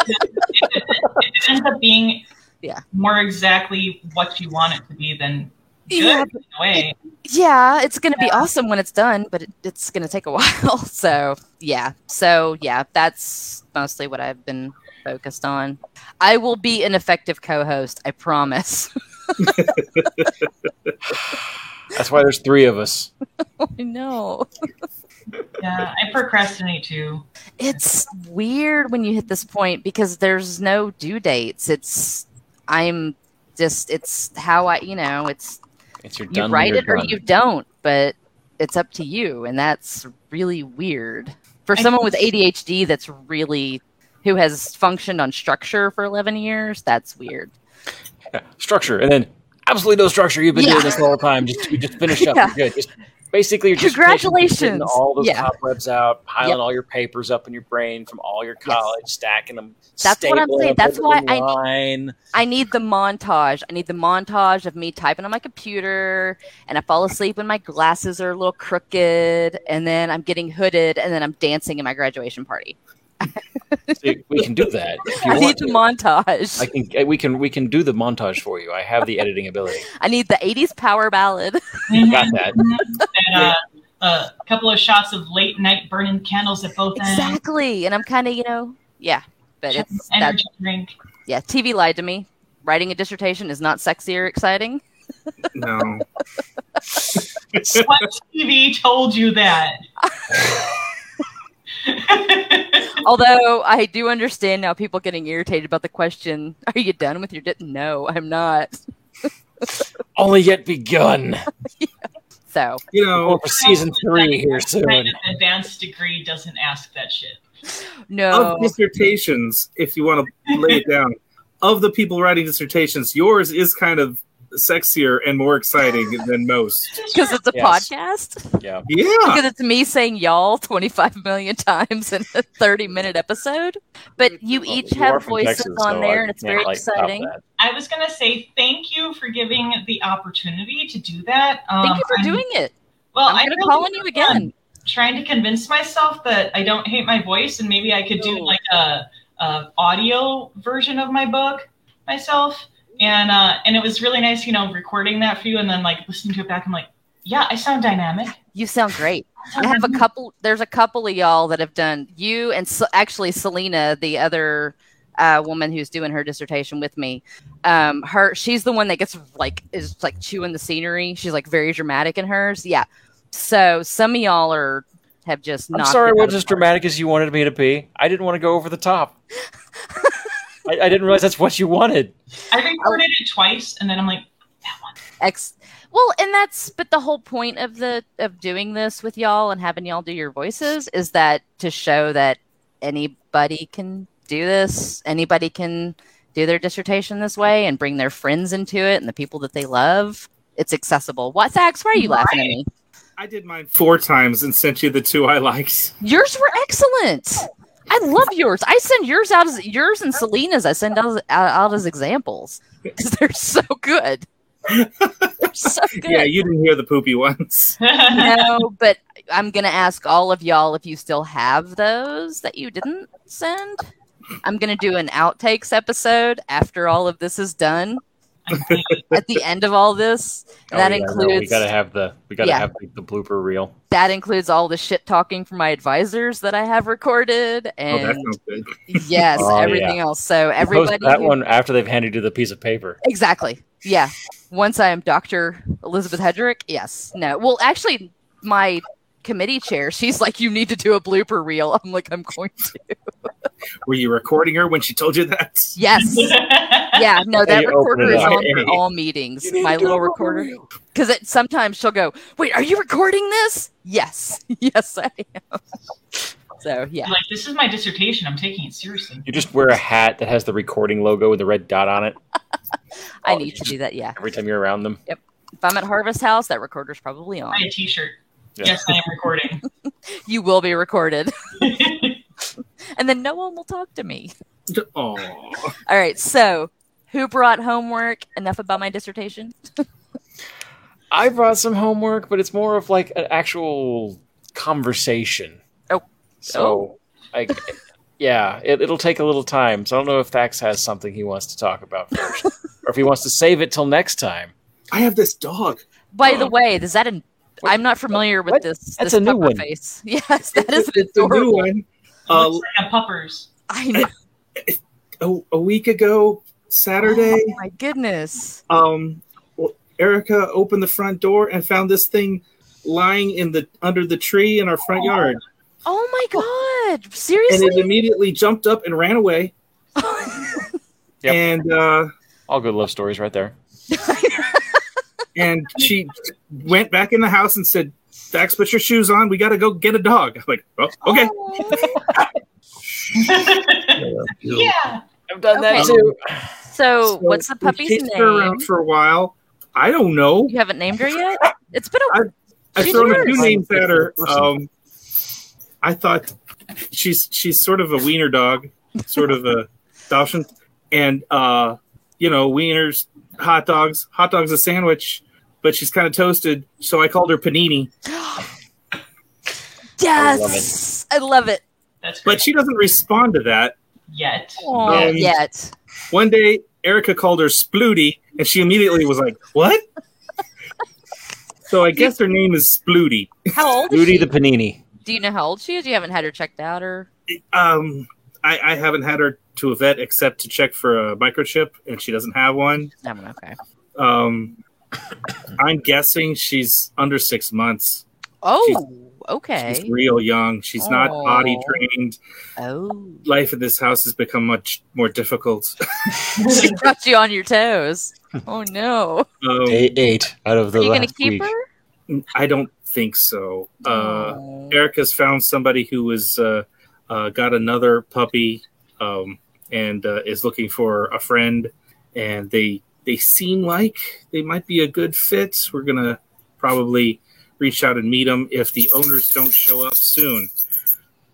S2: It ends up being
S4: Yeah.
S2: more exactly what you want it to be than good
S4: Yeah,
S2: in a way.
S4: yeah, it's going to be awesome when it's done, but it, it's going to take a while. So, yeah. So, yeah, that's mostly what I've been focused on. I will be an effective co-host, I promise.
S5: That's why there's three of us.
S4: I know.
S2: Yeah, I procrastinate too.
S4: it's weird when you hit this point because there's no due dates. It's I'm just it's how I you know it's
S5: It's your
S4: you
S5: done. when
S4: write
S5: you're
S4: it or
S5: done.
S4: you don't, but it's up to you, and that's really weird for
S2: I-
S4: someone with ADHD. That's really who has functioned on structure for 11 years. That's weird.
S5: Yeah. structure and then absolutely no structure. You've been
S4: Yeah.
S5: doing this the whole time. Just you just finish up.
S4: Yeah.
S5: You're good. Just Basically, you're just
S4: Congratulations.
S5: getting all those
S4: Yeah.
S5: cobwebs out, piling
S4: Yep.
S5: all your papers up in your brain from all your college, stacking them.
S4: That's what I'm
S5: stapling
S4: saying.
S5: them,
S4: That's
S5: putting
S4: why
S5: them
S4: I
S5: in
S4: need-
S5: line.
S4: I need the montage. I need the montage of me typing on my computer and I fall asleep and my glasses are a little crooked and then I'm getting hooded and then I'm dancing in my graduation party.
S5: See, we can do that. If you
S4: I need
S5: want
S4: the
S5: to.
S4: montage.
S5: I can. eh, We can. We can do the montage for you. I have the editing ability.
S4: I need the 80s power ballad.
S5: Got that.
S2: and uh, a couple of shots of late night burning candles at both ends.
S4: exactly. And I'm kind of, you know, yeah, but it's that,
S2: Energy drink.
S4: yeah, TV lied to me. Writing a dissertation is not sexy or exciting.
S3: No.
S2: What TV told you that?
S4: Although I do understand now people getting irritated about the question, are you done with your di-" No, I'm not.
S5: Only yet begun.
S4: So,
S3: You
S5: We're
S3: know,
S5: going for season three here soon.
S2: An advanced degree doesn't ask that shit.
S5: Oh,
S4: no.
S3: of dissertations, if you want to lay it down, of the people writing dissertations, yours is kind of sexier and more exciting than most.
S4: Because it's a
S5: Yes.
S4: podcast?
S5: Yeah.
S3: Yeah.
S4: Because it's me saying y'all 25 million times in a 30 minute episode. But you
S5: Well,
S4: each
S5: you are
S4: have
S5: from
S4: voices
S5: Texas,
S4: on
S5: so
S4: there
S5: I
S4: and it's
S5: can't,
S4: very
S5: like, top
S4: exciting.
S5: that.
S2: I was gonna say thank you for giving the opportunity to do that. Um,
S4: Thank you for
S2: I'm-
S4: doing it.
S2: Well,
S4: I'm going to
S2: really
S4: call on you
S2: am
S4: again.
S2: Trying to convince myself that I don't hate my voice, and maybe I could do
S4: No.
S2: like a, a audio version of my book myself. And uh, and it was really nice, you know, recording that for you, and then like listening to it back. I'm like, yeah, I sound dynamic.
S4: You sound great.
S2: I
S4: I
S2: sound
S4: have a
S2: dynamic.
S4: couple, there's a couple of y'all that have done you and Se- actually Selena, the other uh, woman who's doing her dissertation with me. Um, her, she's the one that gets like, is like chewing the scenery. She's like very dramatic in hers. Yeah. So some of y'all are, have just
S5: I'm
S4: knocked
S5: sorry,
S4: it
S5: I
S4: out
S5: wasn't
S4: of
S5: as
S4: the park.
S5: dramatic as you wanted me to be. I didn't want to go over the top. I, I didn't realize that's what you wanted.
S2: I recorded it twice, and then I'm like, that one.
S4: ex well and that's but the whole point of the of doing this with y'all and having y'all do your voices is that to show that anybody can do this anybody can do their dissertation this way and bring their friends into it and the people that they love it's accessible what Zax, why are you laughing at me
S3: I did mine four times and sent you the two I liked.
S4: yours were excellent i love yours i send yours out as yours and selena's i send out, out, out as examples 'Cause they're so good they're so good
S3: Yeah, you didn't hear the poopy ones.
S4: no, but I'm gonna ask all of y'all if you still have those that you didn't send. I'm gonna do an outtakes episode after all of this is done. At the end of all this, That
S5: Oh, we
S4: includes-
S5: gotta have the we gotta
S4: Yeah.
S5: have the, the blooper reel.
S4: that includes all the shit talking from my advisors that I have recorded,
S3: Oh, that
S4: and
S3: sounds good.
S4: yes,
S5: Oh, yeah.
S4: everything else. So
S5: You post
S4: everybody,
S5: that
S4: who-
S5: one after they've handed you the piece of paper.
S4: Exactly. Yeah. Once I am Dr. Elizabeth Hedrick, yes. No. Well, actually, my committee chair, she's like, you need to do a blooper reel. I'm like, I'm going to.
S3: Were you recording her when she told you that?
S4: Yes. Yeah. No, that
S5: you open
S4: recorder
S5: it
S4: is
S5: up.
S4: on for all meetings. My little recorder. Because sometimes she'll go, wait, are you recording this? Yes. Yes, I am. So, yeah.
S2: like this is my dissertation. I'm taking it seriously.
S5: You just wear a hat that has the recording logo with a red dot on it
S4: I need to do that. Yeah.
S5: every time you're around them.
S4: If I'm at Harvest House, that recorder's probably on.
S2: Buy a T-shirt.
S5: Yeah.
S2: Yes, I am recording.
S4: You will be recorded. and then no one will talk to me.
S3: Oh,
S4: All right, so who brought homework? Enough about my dissertation.
S5: I brought some homework, but it's more of like an actual conversation.
S4: Oh.
S5: So I yeah, it, it'll take a little time. So I don't know if Thax has something he wants to talk about first. or if he wants to save it till next time.
S3: I have this dog.
S4: By the way, is that in?
S5: What?
S4: I'm not familiar with
S5: What?
S4: this.
S5: That's
S4: this
S5: a new
S4: puffer
S5: one.
S4: Face. Yes, that is
S3: It's a new
S4: adorable.
S3: one. Uh,
S2: Looks like a puppers.
S4: I know.
S3: a, a week ago, Saturday,
S4: Oh my goodness.
S3: um, Erica opened the front door and found this thing lying in the under the tree in our front yard,
S4: Oh my
S3: and
S4: god.
S3: it
S4: Seriously?
S3: immediately jumped up and ran away.
S5: Yep.
S3: And uh,
S5: All good love stories right there.
S3: and she went back in the house and said, "Dax, put your shoes on. We got to go get a dog." I'm like, oh, okay.
S4: Aw.
S2: yeah.
S5: I've done
S4: that Okay.
S5: too.
S4: So,
S3: So
S4: Oh, what's the
S3: we
S4: puppy's
S3: chased
S4: name?
S3: Her around for a while. I don't know.
S4: You haven't named her yet. It's been a.
S3: I've
S4: She's
S3: thrown a
S4: yours.
S3: few names at her.
S5: Person.
S3: Um, I thought she's she's sort of a wiener dog, sort of a Dachshund, and uh, you know wieners, hot dogs, hot dogs a sandwich, but she's kind of toasted, so I called her panini.
S4: yes, I love it.
S2: That's great.
S3: But she doesn't respond to that.
S2: Yet.
S5: Oh,
S4: Aw,
S3: Um,
S4: yet.
S3: One day, Erica called her Splooty, and she immediately was like, "What?" so I guess her name is Splooty.
S4: How old is
S5: Rudy
S4: she?
S5: the Panini.
S4: Do you know how old she is? You haven't had her checked out, or
S3: Um, I, I haven't had her to a vet except to check for a microchip, and she doesn't have one.
S4: no? Okay.
S3: Um, I'm guessing she's under six months.
S4: Oh, okay.
S3: She's real young. She's not
S4: Aw.
S3: body trained.
S4: Oh,
S3: Life in this house has become much more difficult.
S4: she got you on your toes. Oh no.
S3: Um,
S5: Day eight out of the
S4: Are you gonna
S5: last
S4: keep
S5: week.
S4: her?
S3: I don't think so. Uh,
S4: Aw.
S3: Erica's found somebody who was uh, uh, got another puppy um, and uh, is looking for a friend, and they they seem like they might be a good fit. We're gonna probably reach out and meet them if the owners don't show up soon.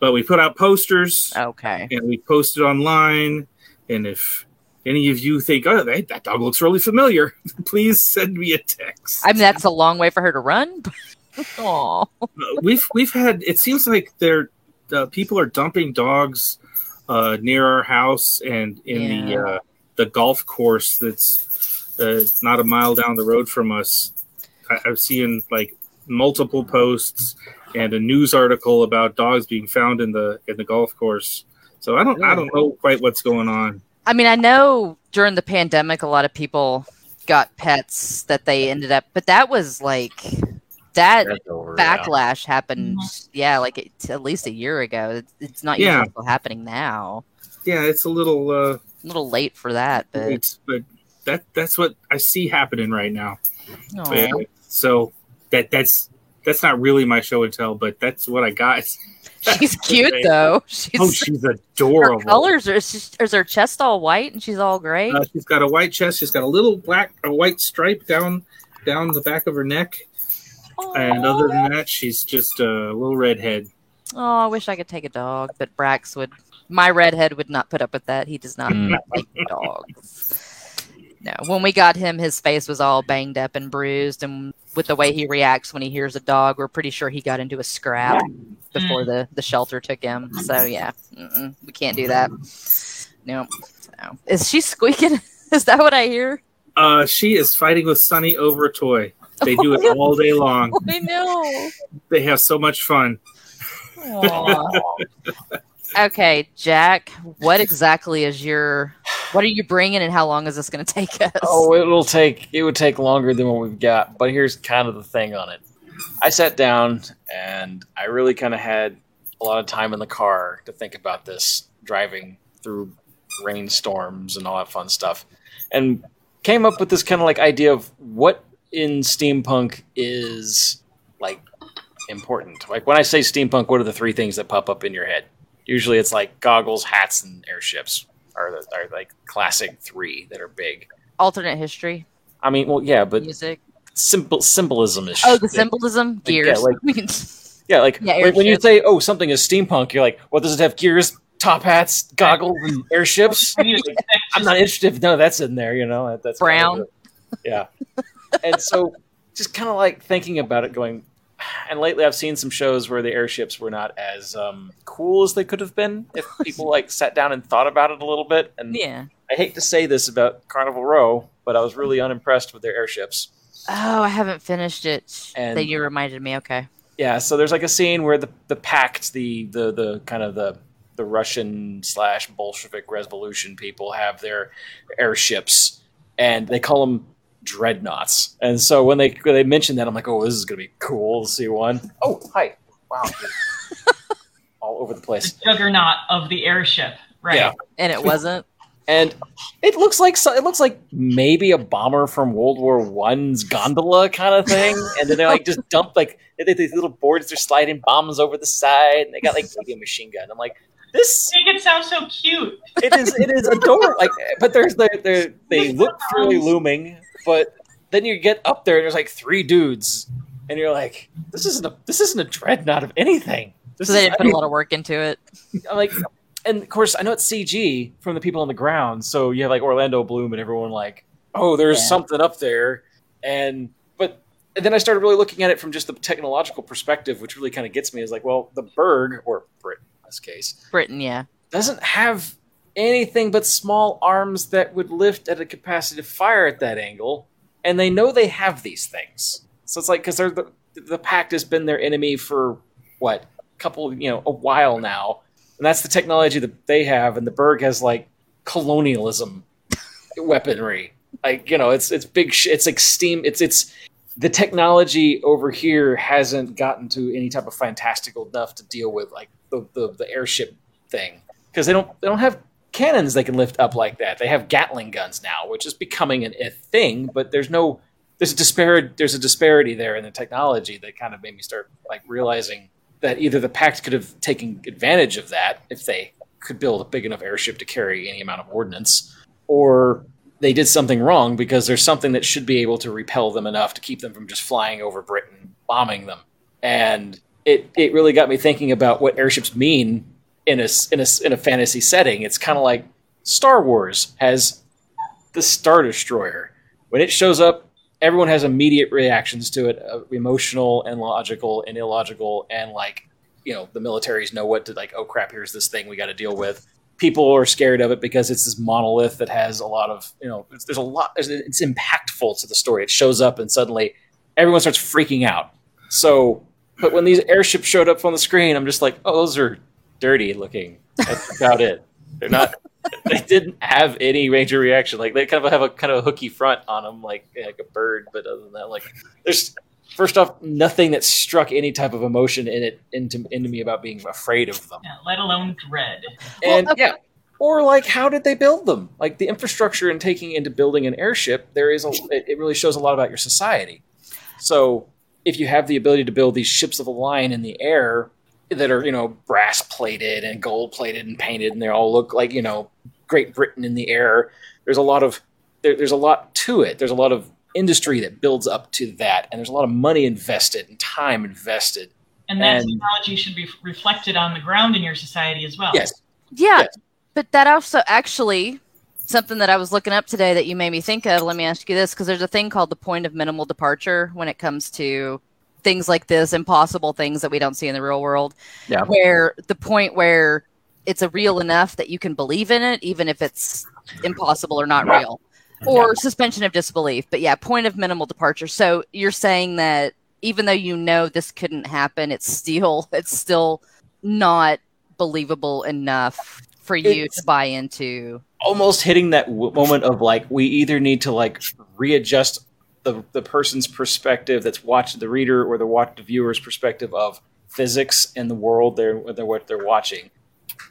S3: But we put out posters
S4: Oh. Okay.
S3: and we posted online, and if any of you think, oh, that, that dog looks really familiar, please send me a text.
S4: I mean, that's a long way for her to run. but- Aw.
S3: Uh, we've we've had it seems like they're uh, people are dumping dogs uh, near our house and in the
S4: Yeah.
S3: uh, the golf course that's uh, not a mile down the road from us. I, I've seen like multiple posts and a news article about dogs being found in the in the golf course. So I don't I don't know quite what's going on.
S4: I mean, I know during the pandemic, a lot of people got pets that they ended up, but that was like that
S5: That's over, yeah.
S4: backlash happened. Yeah, like it, at least a year ago. It's, it's not
S3: Yeah.
S4: usually still happening now.
S3: Yeah, it's a little uh,
S4: A little late for that, but
S3: it's but that that's what I see happening right now.
S4: Aw.
S3: Yeah. So that that's that's not really my show and tell, but that's what I got.
S4: she's cute
S3: Okay.
S4: though. She's
S3: Oh, she's
S4: her
S3: adorable.
S4: colors are is she- is her chest all white and she's all gray.
S3: Uh, she's got a white chest. She's got a little black, a white stripe down down the back of her neck, and
S4: Aw.
S3: other than that, she's just a little redhead.
S4: Oh, I wish I could take a dog, but Brax would. My redhead would not put up with that. He does not
S5: Mm.
S4: like dogs. No, when we got him, his face was all banged up and bruised, and with the way he reacts when he hears a dog, we're pretty sure he got into a scrap before the the shelter took him. So yeah, mm-mm, we can't do that. No. So, is she squeaking? Is that what I hear?
S3: Uh, she is fighting with Sunny over a toy. They do it
S4: Oh,
S3: all day long.
S4: I know.
S3: They have so much fun.
S4: Aw. okay, Jack, what exactly is your what are you bringing and how long is this going to take us?
S5: Oh, it'll take it would take longer than what we've got, but here's kind of the thing on it. I sat down and I really kind of had a lot of time in the car to think about this driving through rainstorms and all that fun stuff and came up with this kind of like idea of what in steampunk is like important. Like when I say steampunk, what are the three things that pop up in your head? Usually it's like goggles, hats and airships are the, are like classic 3 that are big.
S4: Alternate history,
S5: I mean, well, yeah, but
S4: music.
S5: simple symbolism is.
S4: Oh, the
S5: shit.
S4: symbolism,
S5: yeah,
S4: gears.
S5: like-
S4: We can-
S5: Yeah, like
S4: Yeah,
S5: when- when you
S4: airship.
S5: say, "Oh, something is steampunk," you're like, "Well, does it have gears, top hats, goggles, and airships?"
S2: Music.
S5: I'm not interested. if No, that's in there. You know, that- that's kind
S4: Brown.
S5: of it. Yeah, and so just kind of like thinking about it, going. And lately, I've seen some shows where the airships were not as um, cool as they could have been if people like sat down and thought about it a little bit. And
S4: yeah.
S5: I hate to say this about Carnival Row, but I was really unimpressed with their airships.
S4: Oh, I haven't finished it.
S5: And-
S4: That you reminded me. Okay.
S5: Yeah, so there's like a scene where the the pact, the the the kind of the the Russian slash Bolshevik resolution people have their airships, and they call them dreadnoughts. And so when they when they mention that, I'm like, oh, this is gonna be cool to see one. Oh, hi! Wow, all over the place.
S2: Juggernaut of the airship. Right.
S5: Yeah.
S4: And it wasn't.
S5: and it looks like so, it looks like maybe a bomber from World War One's gondola kind of thing, and then they like just dump like they they- these little boards they're sliding bombs over the side, and they got like maybe a machine gun. I'm like, this
S2: Make it sound so cute.
S5: it is it is adorable. Like, but there's they they they look fairly looming, but then you get up there and there's like three dudes and you're like, this isn't a this isn't a dreadnought of anything. This
S4: So
S5: is-
S4: they didn't put a lot of work into it.
S5: I'm like, and of course I know it's CG from the people on the ground, so you have like Orlando Bloom and everyone like, oh, there's
S4: Yeah.
S5: something up there, and but and then I started really looking at it from just the technological perspective, which really kind of gets me is like, well, the Berg or Brit in this case
S4: Britain, yeah.
S5: doesn't have anything but small arms that would lift at a capacity to fire at that angle, and they know they have these things, so it's like because they're the the pact has been their enemy for what couple you know a while now and that's the technology that they have and the berg has like colonialism weaponry like you know it's it's big sh- it's like steam it's it's the technology over here hasn't gotten to any type of fantastical enough to deal with like the the, the airship thing because they don't they don't have cannons they can lift up like that they have gatling guns now which is becoming an a thing but there's no there's a disparity there's a disparity there in the technology that kind of made me start like realizing that either the pact could have taken advantage of that if they could build a big enough airship to carry any amount of ordnance or they did something wrong because there's something that should be able to repel them enough to keep them from just flying over britain bombing them and it, it really got me thinking about what airships mean in a, s- in a, s- in a fantasy setting it's kind of like star wars has the Star Destroyer. When it shows up, everyone has immediate reactions to it, uh, emotional and logical and illogical, and like, you know, the militaries know what to like. Oh crap! Here's this thing we got to deal with. People are scared of it because it's this monolith that has a lot of, you know, it's, there's a lot. There's, it's impactful to the story. It shows up and suddenly everyone starts freaking out. So, but when these airships showed up on the screen, I'm just like, oh, those are dirty looking. That's about it. They're not they didn't have any major reaction. Like they kind of have a kind of a hooky front on them, like like a bird. But other than that, like there's first off nothing that struck any type of emotion in it into into me about being afraid of them.
S2: Yeah, let alone dread.
S5: And
S4: Well, okay.
S5: yeah, uh, or like how did they build them? Like the infrastructure and taking into building an airship, there is a it, it really shows a lot about your society. So if you have the ability to build these ships of the line in the air that are you know brass plated and gold plated and painted and they all look like you know Great Britain in the air. There's a lot of there, there's a lot to it. There's a lot of industry that builds up to that, and there's a lot of money invested and time invested.
S2: And that
S5: And-
S2: technology should be reflected on the ground in your society as well.
S5: Yes,
S4: Yeah,
S5: Yes.
S4: but that also actually something that I was looking up today that you made me think of. Let me ask you this because there's a thing called the point of minimal departure when it comes to things like this, impossible things that we don't see in the real world.
S5: Yeah.
S4: Where the point where it's a real enough that you can believe in it, even if it's impossible or not real, or suspension of disbelief. But yeah, point of minimal departure. So you're saying that even though you know this couldn't happen, it's still it's still not believable enough for you
S5: It's-
S4: to buy into.
S5: almost hitting that w- moment of like we either need to like readjust the the person's perspective that's watched the reader or the watch the viewer's perspective of physics and the world they're, they're what they're watching.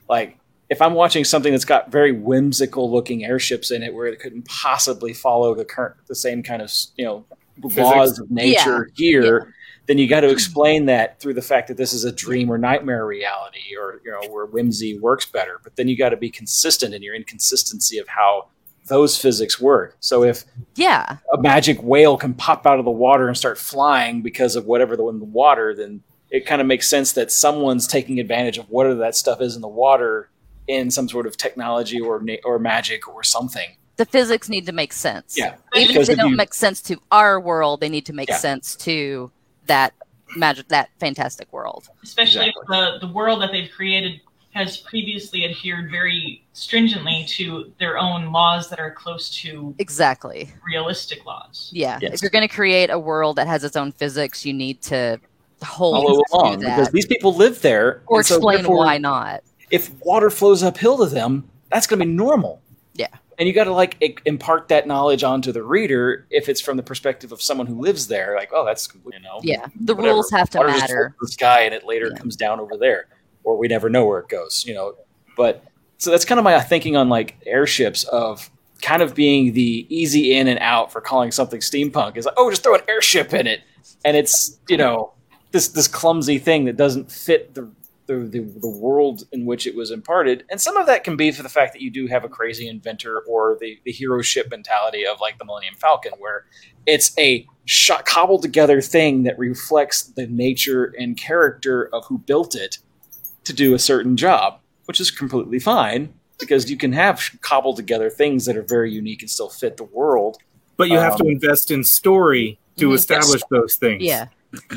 S5: Like if I'm watching something that's got very whimsical looking airships in it where it couldn't possibly follow the current the same kind of you know laws of nature here then you got to explain that through the fact that this is a dream or nightmare reality or you know where whimsy works better but then you got to be consistent in your inconsistency of how those physics work so if
S4: Yeah,
S5: a magic whale can pop out of the water and start flying because of whatever the in the water then it kind of makes sense that someone's taking advantage of whatever that stuff is in the water in some sort of technology or na- or magic or something
S4: the physics need to make sense.
S5: Yeah,
S4: even if
S5: because
S4: they
S5: if
S4: don't
S5: you-
S4: make sense to our world, they need to make
S5: Yeah.
S4: sense to that magic, that fantastic world.
S2: Especially
S5: Exactly.
S2: if the, the world that they've created has previously adhered very stringently to their own laws that are close to
S4: Exactly.
S2: realistic laws.
S4: Yeah.
S5: Yes.
S4: If you're going to create a world that has its own physics, you need to
S5: follow
S4: hold to
S5: along because
S4: that
S5: these people live there
S4: or
S5: and so
S4: explain
S5: therefore-
S4: why not.
S5: if water flows uphill to them, that's going to be normal.
S4: Yeah.
S5: And you got to like i- impart that knowledge onto the reader if it's from the perspective of someone who lives there. Like, oh, that's you know,
S4: Yeah, the
S5: whatever.
S4: rules have to
S5: Water just
S4: matter.
S5: falls to the sky and it later
S4: Yeah.
S5: comes down over there, or we never know where it goes. You know, but so that's kind of my thinking on like airships of kind of being the easy in and out for calling something steampunk is like, oh, just throw an airship in it, and it's you know this this clumsy thing that doesn't fit the the, the, the world in which it was imparted. And some of that can be for the fact that you do have a crazy inventor or the, the hero ship mentality of like the Millennium Falcon, where it's a shot, cobbled together thing that reflects the nature and character of who built it to do a certain job, which is completely fine because you can have sh- cobbled together things that are very unique and still fit the world.
S3: But you have to
S5: Um,
S3: invest in story to
S4: Mhm.
S3: establish those things.
S4: Yeah.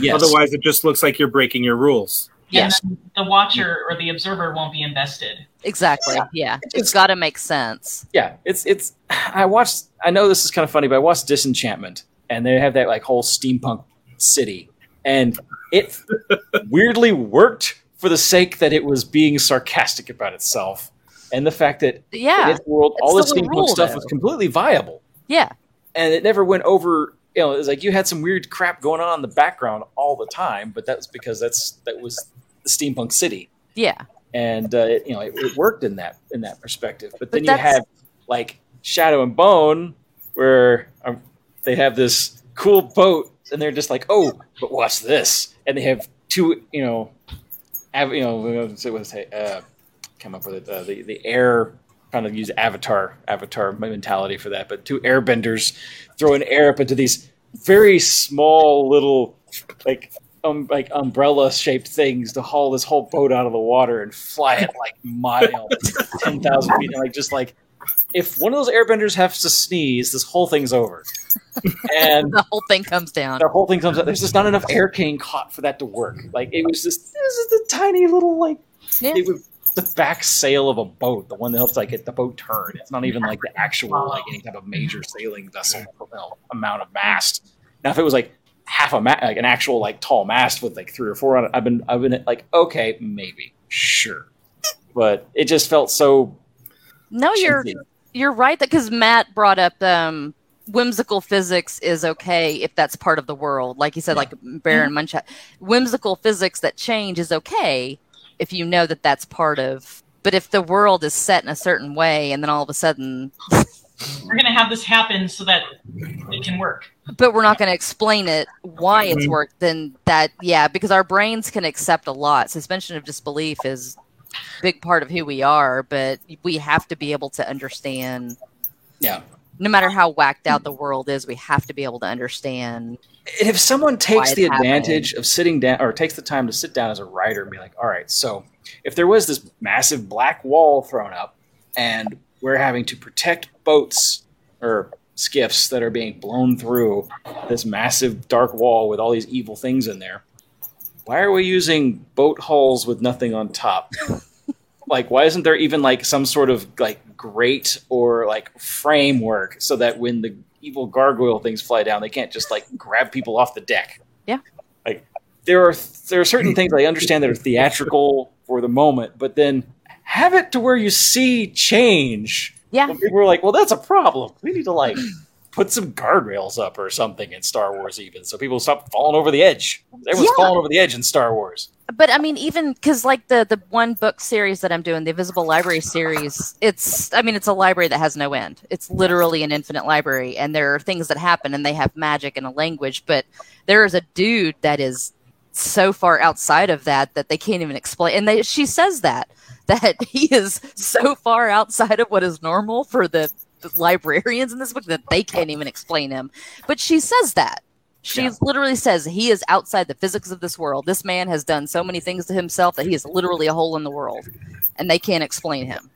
S5: Yes.
S3: Otherwise, it just looks like you're breaking your rules.
S5: Yes.
S2: And then the watcher or the observer won't be invested.
S4: Exactly.
S5: Yeah.
S4: Yeah.
S5: It
S4: It's
S5: just-
S4: got to make sense.
S5: yeah, it's it's. I watched. I know this is kind of funny, but I watched Disenchantment, and they have that like whole steampunk city, and it weirdly worked for the sake that it was being sarcastic about itself, and the fact that in
S4: Yeah.
S5: its world all
S4: It's
S5: this
S4: still a
S5: steampunk
S4: rule,
S5: stuff
S4: though.
S5: was completely viable,
S4: Yeah.
S5: and it never went over. You know, it was like you had some weird crap going on in the background all the time, but that's because that's that was the steampunk city
S4: Yeah.
S5: and uh, it, you know it, it worked in that in that perspective. But then you
S4: that's-
S5: have like Shadow and Bone, where um, they have this cool boat, and they're just like, oh, but watch this, and they have two, you know, av- you know, what was it? Uh, come up with it. Uh, the the air kind of use avatar avatar mentality for that, but two airbenders throwing air up into these very small little like um, like umbrella shaped things to haul this whole boat out of the water and fly it like miles, ten thousand feet, and like just like if one of those airbenders has to sneeze, this whole thing's over. And
S4: The whole thing comes down.
S5: the whole thing comes out. There's just not enough air cane caught for that to work. Like it was just this is the tiny little like
S4: Yeah.
S5: it was the back sail of a boat, the one that helps like get the boat turn. It's not even like the actual like any type of major sailing vessel you know, amount of mast. Now, if it was like half a ma- like an actual like tall mast with like three or four on it, I've been I've been like okay maybe sure, but it just felt so.
S4: No, you're
S5: cheesy.
S4: you're right that because Matt brought up um, whimsical physics is okay if that's part of the world. Like you said, like Baron Munchausen, whimsical physics that change is okay if you know that that's part of. But if the world is set in a certain way, and then all of a sudden,
S2: We're going to have this happen so that it can work.
S4: but we're not going to explain it why it's
S3: Mhm.
S4: worked, then that yeah, because our brains can accept a lot. Suspension of disbelief is a big part of who we are, but we have to be able to understand
S5: Yeah,
S4: no matter how whacked out the world is, we have to be able to understand.
S5: And if someone
S4: Why
S5: takes
S4: it
S5: the
S4: happened.
S5: advantage of sitting down or takes the time to sit down as a writer and be like, all right, so if there was this massive black wall thrown up and we're having to protect boats or skiffs that are being blown through this massive dark wall with all these evil things in there, why are we using boat hulls with nothing on top? like why isn't there even like some sort of like grate or like framework so that when the evil gargoyle things fly down they can't just like grab people off the deck
S4: Yeah.
S5: like there are there are certain things i understand that are theatrical for the moment but then have it to where you see change
S4: Yeah,
S5: when people are like well that's a problem we need to like put some guardrails up or something in star wars even so people stop falling over the edge everyone's
S4: Yeah.
S5: falling over the edge in star wars
S4: but I mean, even because like the the one book series that I'm doing, the Invisible Library series, it's I mean, it's a library that has no end. It's literally an infinite library, and there are things that happen, and they have magic and a language. But there is a dude that is so far outside of that that they can't even explain. And they, she says that that he is so far outside of what is normal for the, the librarians in this book that they can't even explain him. But she says that. She
S5: Yeah.
S4: literally says he is outside the physics of this world. This man has done so many things to himself that he is literally a hole in the world, and they can't explain him.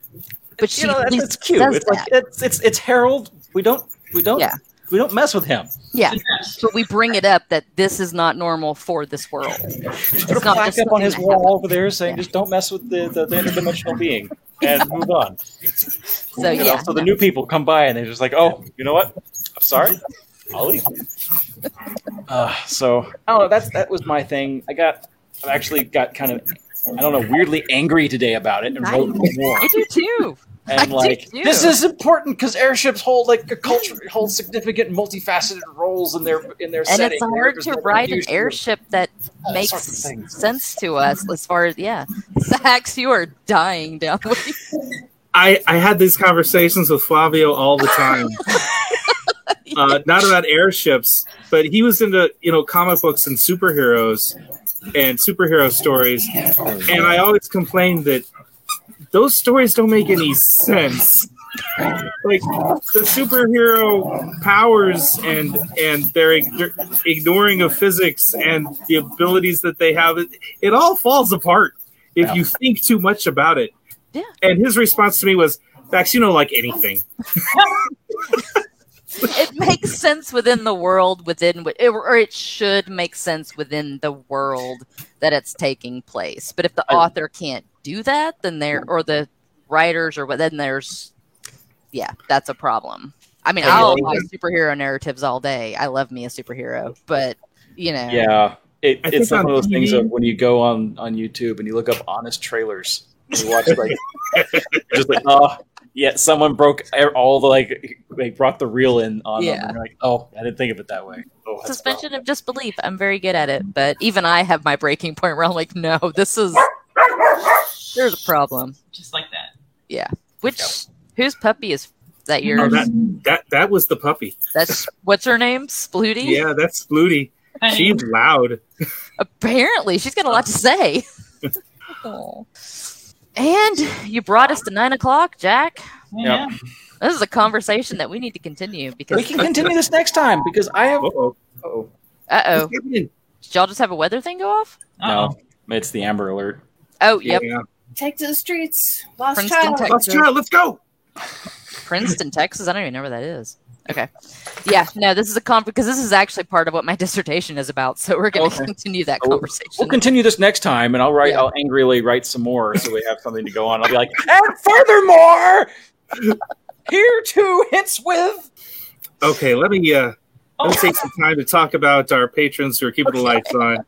S4: But she
S5: you know
S4: at
S5: that's,
S4: least
S5: that's cute.
S4: says
S5: It's like it's, it's it's Harold. We don't we don't
S4: Yeah.
S5: we don't mess with him.
S4: yeah.
S2: Yes.
S4: But we bring it up that this is not normal for this world.
S5: Put a
S4: not
S5: plaque
S4: just
S5: up on his
S4: something that
S5: wall over there saying just don't mess with the, the, the interdimensional being and move on.
S4: So
S5: You know,
S4: yeah,
S5: so the new people come by and they're just like, oh, you know what? I'm sorry. I'll leave. Uh, so I don't know. That's that was my thing. I got I actually got kind of I don't know weirdly angry today about it and wrote more.
S4: I do too. I
S5: and
S4: do
S5: like
S4: too.
S5: this is important because airships hold like a culture hold significant multifaceted roles in their in their
S4: and
S5: setting.
S4: it's
S5: They
S4: hard to
S5: represent
S4: ride an
S5: confusion.
S4: airship that
S5: All
S4: makes
S5: sorts of things.
S4: sense to us as far as yeah Zax, you are dying down
S3: I, I had these conversations with Flavio all the time. uh, not about airships, but he was into you know comic books and superheroes and superhero stories, and I always complained that those stories don't make any sense. like the superhero powers and and their ign- ignoring of physics and the abilities that they have it, it all falls apart if
S5: Yeah.
S3: you think too much about it
S4: Yeah.
S3: and his response to me was Vax, you don't like anything.
S4: it makes sense within the world within wh- it, or it should make sense within the world that it's taking place but if the
S5: I-
S4: author can't do that then there or the writers or what then there's yeah that's a problem i mean
S5: I
S4: i'll
S5: love
S4: buy superhero narratives all day i love me a superhero but you know
S5: Yeah, it,
S3: I
S5: it's
S3: think
S5: like one
S3: on
S5: of those things
S3: TV
S5: of when you go on on YouTube and you look up honest trailers. and You watch like just like oh yeah, someone broke e- all the like they brought the reel in on them.
S4: Yeah.
S5: And you're like oh, I didn't think of it that way. Oh, that's
S4: suspension of disbelief i'm very good at it but even i have my breaking point where i'm like no this is there's a problem
S2: just like that.
S4: which whose puppy is that
S3: Oh,
S4: yours
S3: that, that that was the puppy.
S4: That's what's her name? Splooty?
S3: Yeah, that's Flutie.
S2: Honey,
S3: She's loud.
S4: Apparently, she's got a lot to say. Aw. and you brought us to nine o'clock, Jack.
S2: yeah.
S4: This is a conversation that we need to continue
S5: wild. We
S4: because
S5: can continue this next time because I have.
S3: Uh-oh.
S5: Oh
S4: uh oh,
S3: What's happening?
S4: did y'all just have a weather thing go off?
S5: no,
S2: Uh-oh.
S5: it's the Amber Alert.
S4: Oh, yep,
S3: Yeah.
S6: Take to the streets. Lost
S4: Princeton,
S6: child.
S4: Texas.
S3: Let's try. Let's go.
S4: Princeton, Texas. I don't even know where that is. Okay, yeah, no, this is a con because this is actually part of what my dissertation is about. So we're going to
S5: Okay.
S4: continue that
S5: Oh, we'll
S4: conversation.
S5: We'll continue this next time, and I'll write.
S4: Yeah.
S5: I'll angrily write some more so we have something to go on. I'll be like, and furthermore, here too, hints with.
S3: Okay, let me uh,
S2: Oh,
S3: Let's take some time to talk about our patrons who are keeping the lights on.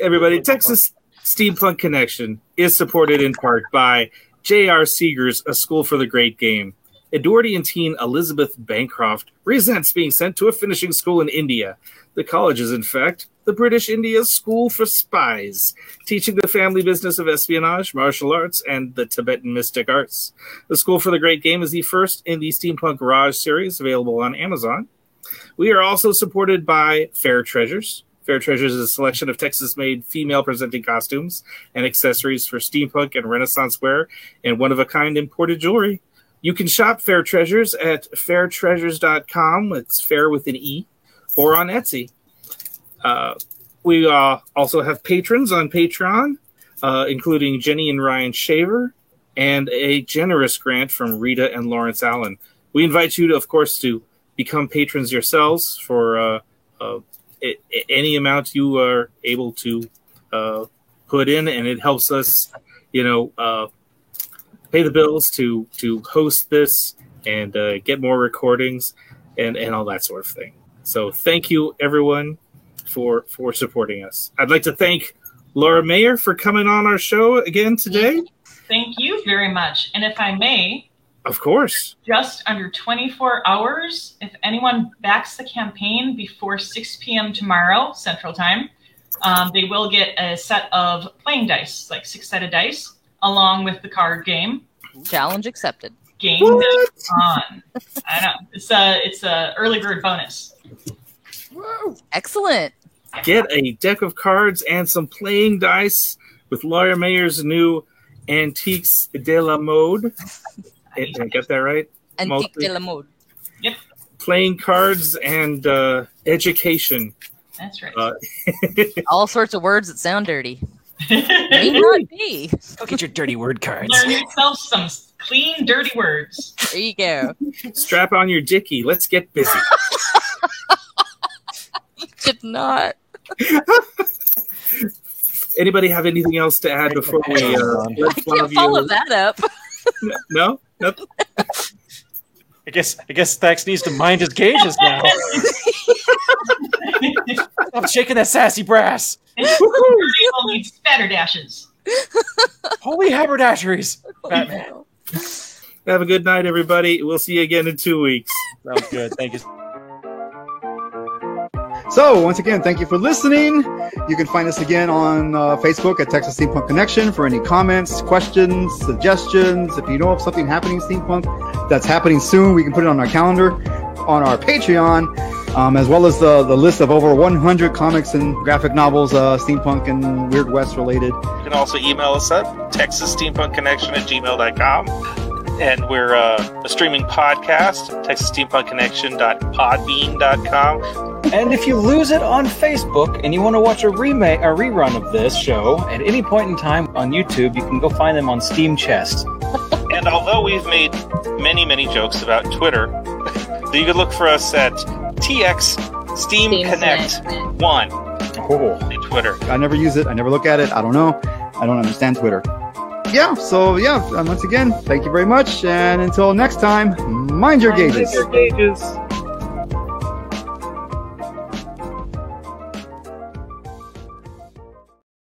S3: Everybody, Texas Steampunk Connection is supported in part by J.R. Seeger's A School for the Great Game. Edwardian teen Elizabeth Bancroft resents being sent to a finishing school in India. The college is, in fact, the British India's School for Spies, teaching the family business of espionage, martial arts, and the Tibetan mystic arts. The School for the Great Game is the first in the Steampunk Raj series available on Amazon. We are also supported by Fair Treasures. Fair Treasures is a selection of Texas made female presenting costumes and accessories for steampunk and Renaissance wear and one of a kind imported jewelry. You can shop Fair Treasures at fairtreasures.com. It's fair with an E or on Etsy. Uh, we uh, also have patrons on Patreon, uh, including Jenny and Ryan Shaver, and a generous grant from Rita and Lawrence Allen. We invite you, to, of course, to become patrons yourselves for uh, uh, a- a- any amount you are able to uh, put in, and it helps us, you know, uh, pay the bills to to host this and uh, get more recordings and and all that sort of thing. So thank you everyone for for supporting us. I'd like to thank Laura Mayer for coming on our show again today.
S2: thank you very much. And if I may,
S3: Of course.
S2: just under 24 hours, if anyone backs the campaign before 6 p.m. tomorrow Central Time, um, they will get a set of playing dice, like six sided dice, along with the card game.
S4: Challenge accepted.
S2: Game
S3: What?
S2: on. I know. It's a it's a early bird bonus.
S4: Excellent.
S3: Get a deck of cards and some playing dice with Laura Mayer's new Antiques de la Mode. Did I get that right?
S4: Antique
S3: Mostly.
S4: de la mode.
S3: Playing cards and uh, education.
S2: That's right.
S3: Uh,
S4: All sorts of words that sound dirty. May not be.
S5: Go get your dirty word cards.
S2: Learn yourself some clean, dirty words.
S4: There you go.
S3: Strap on your dicky. Let's get busy.
S4: Did not.
S3: Anybody have anything else to add before we? Uh,
S5: I
S3: let
S4: I can't follow that up.
S3: No, Nothing?
S5: I guess I guess Thax needs to mind his gauges now. I'm shaking that sassy brass.
S2: People need spatterdashes.
S5: Holy haberdasheries! Batman.
S3: Have a good night, everybody. We'll see you again in two weeks.
S5: Sounds good. Thank you.
S1: So, once again, thank you for listening. You can find us again on uh, Facebook at Texas Steampunk Connection for any comments, questions, suggestions. If you know of something happening in steampunk that's happening soon, we can put it on our calendar, on our Patreon, um, as well as the, the list of over 100 comics and graphic novels, uh, steampunk and Weird West related.
S7: You can also email us at texassteampunkconnection at gmail.com.
S3: and we're uh, a streaming podcast, TexasSteampunkConnection.podbean.com.
S5: And if you lose it on Facebook and you want to watch a remake, a rerun of this show at any point in time on YouTube, you can go find them on Steam Chest.
S3: And although we've made many, many jokes about Twitter, you can look for us at TX Steam,
S4: Steam
S3: Connect One
S5: Oh,
S3: on Twitter.
S1: I never use it. I never look at it. I don't know. I don't understand Twitter. Yeah. So yeah. And once again, thank you very much. And until next time, mind your gauges.
S2: Your gauges.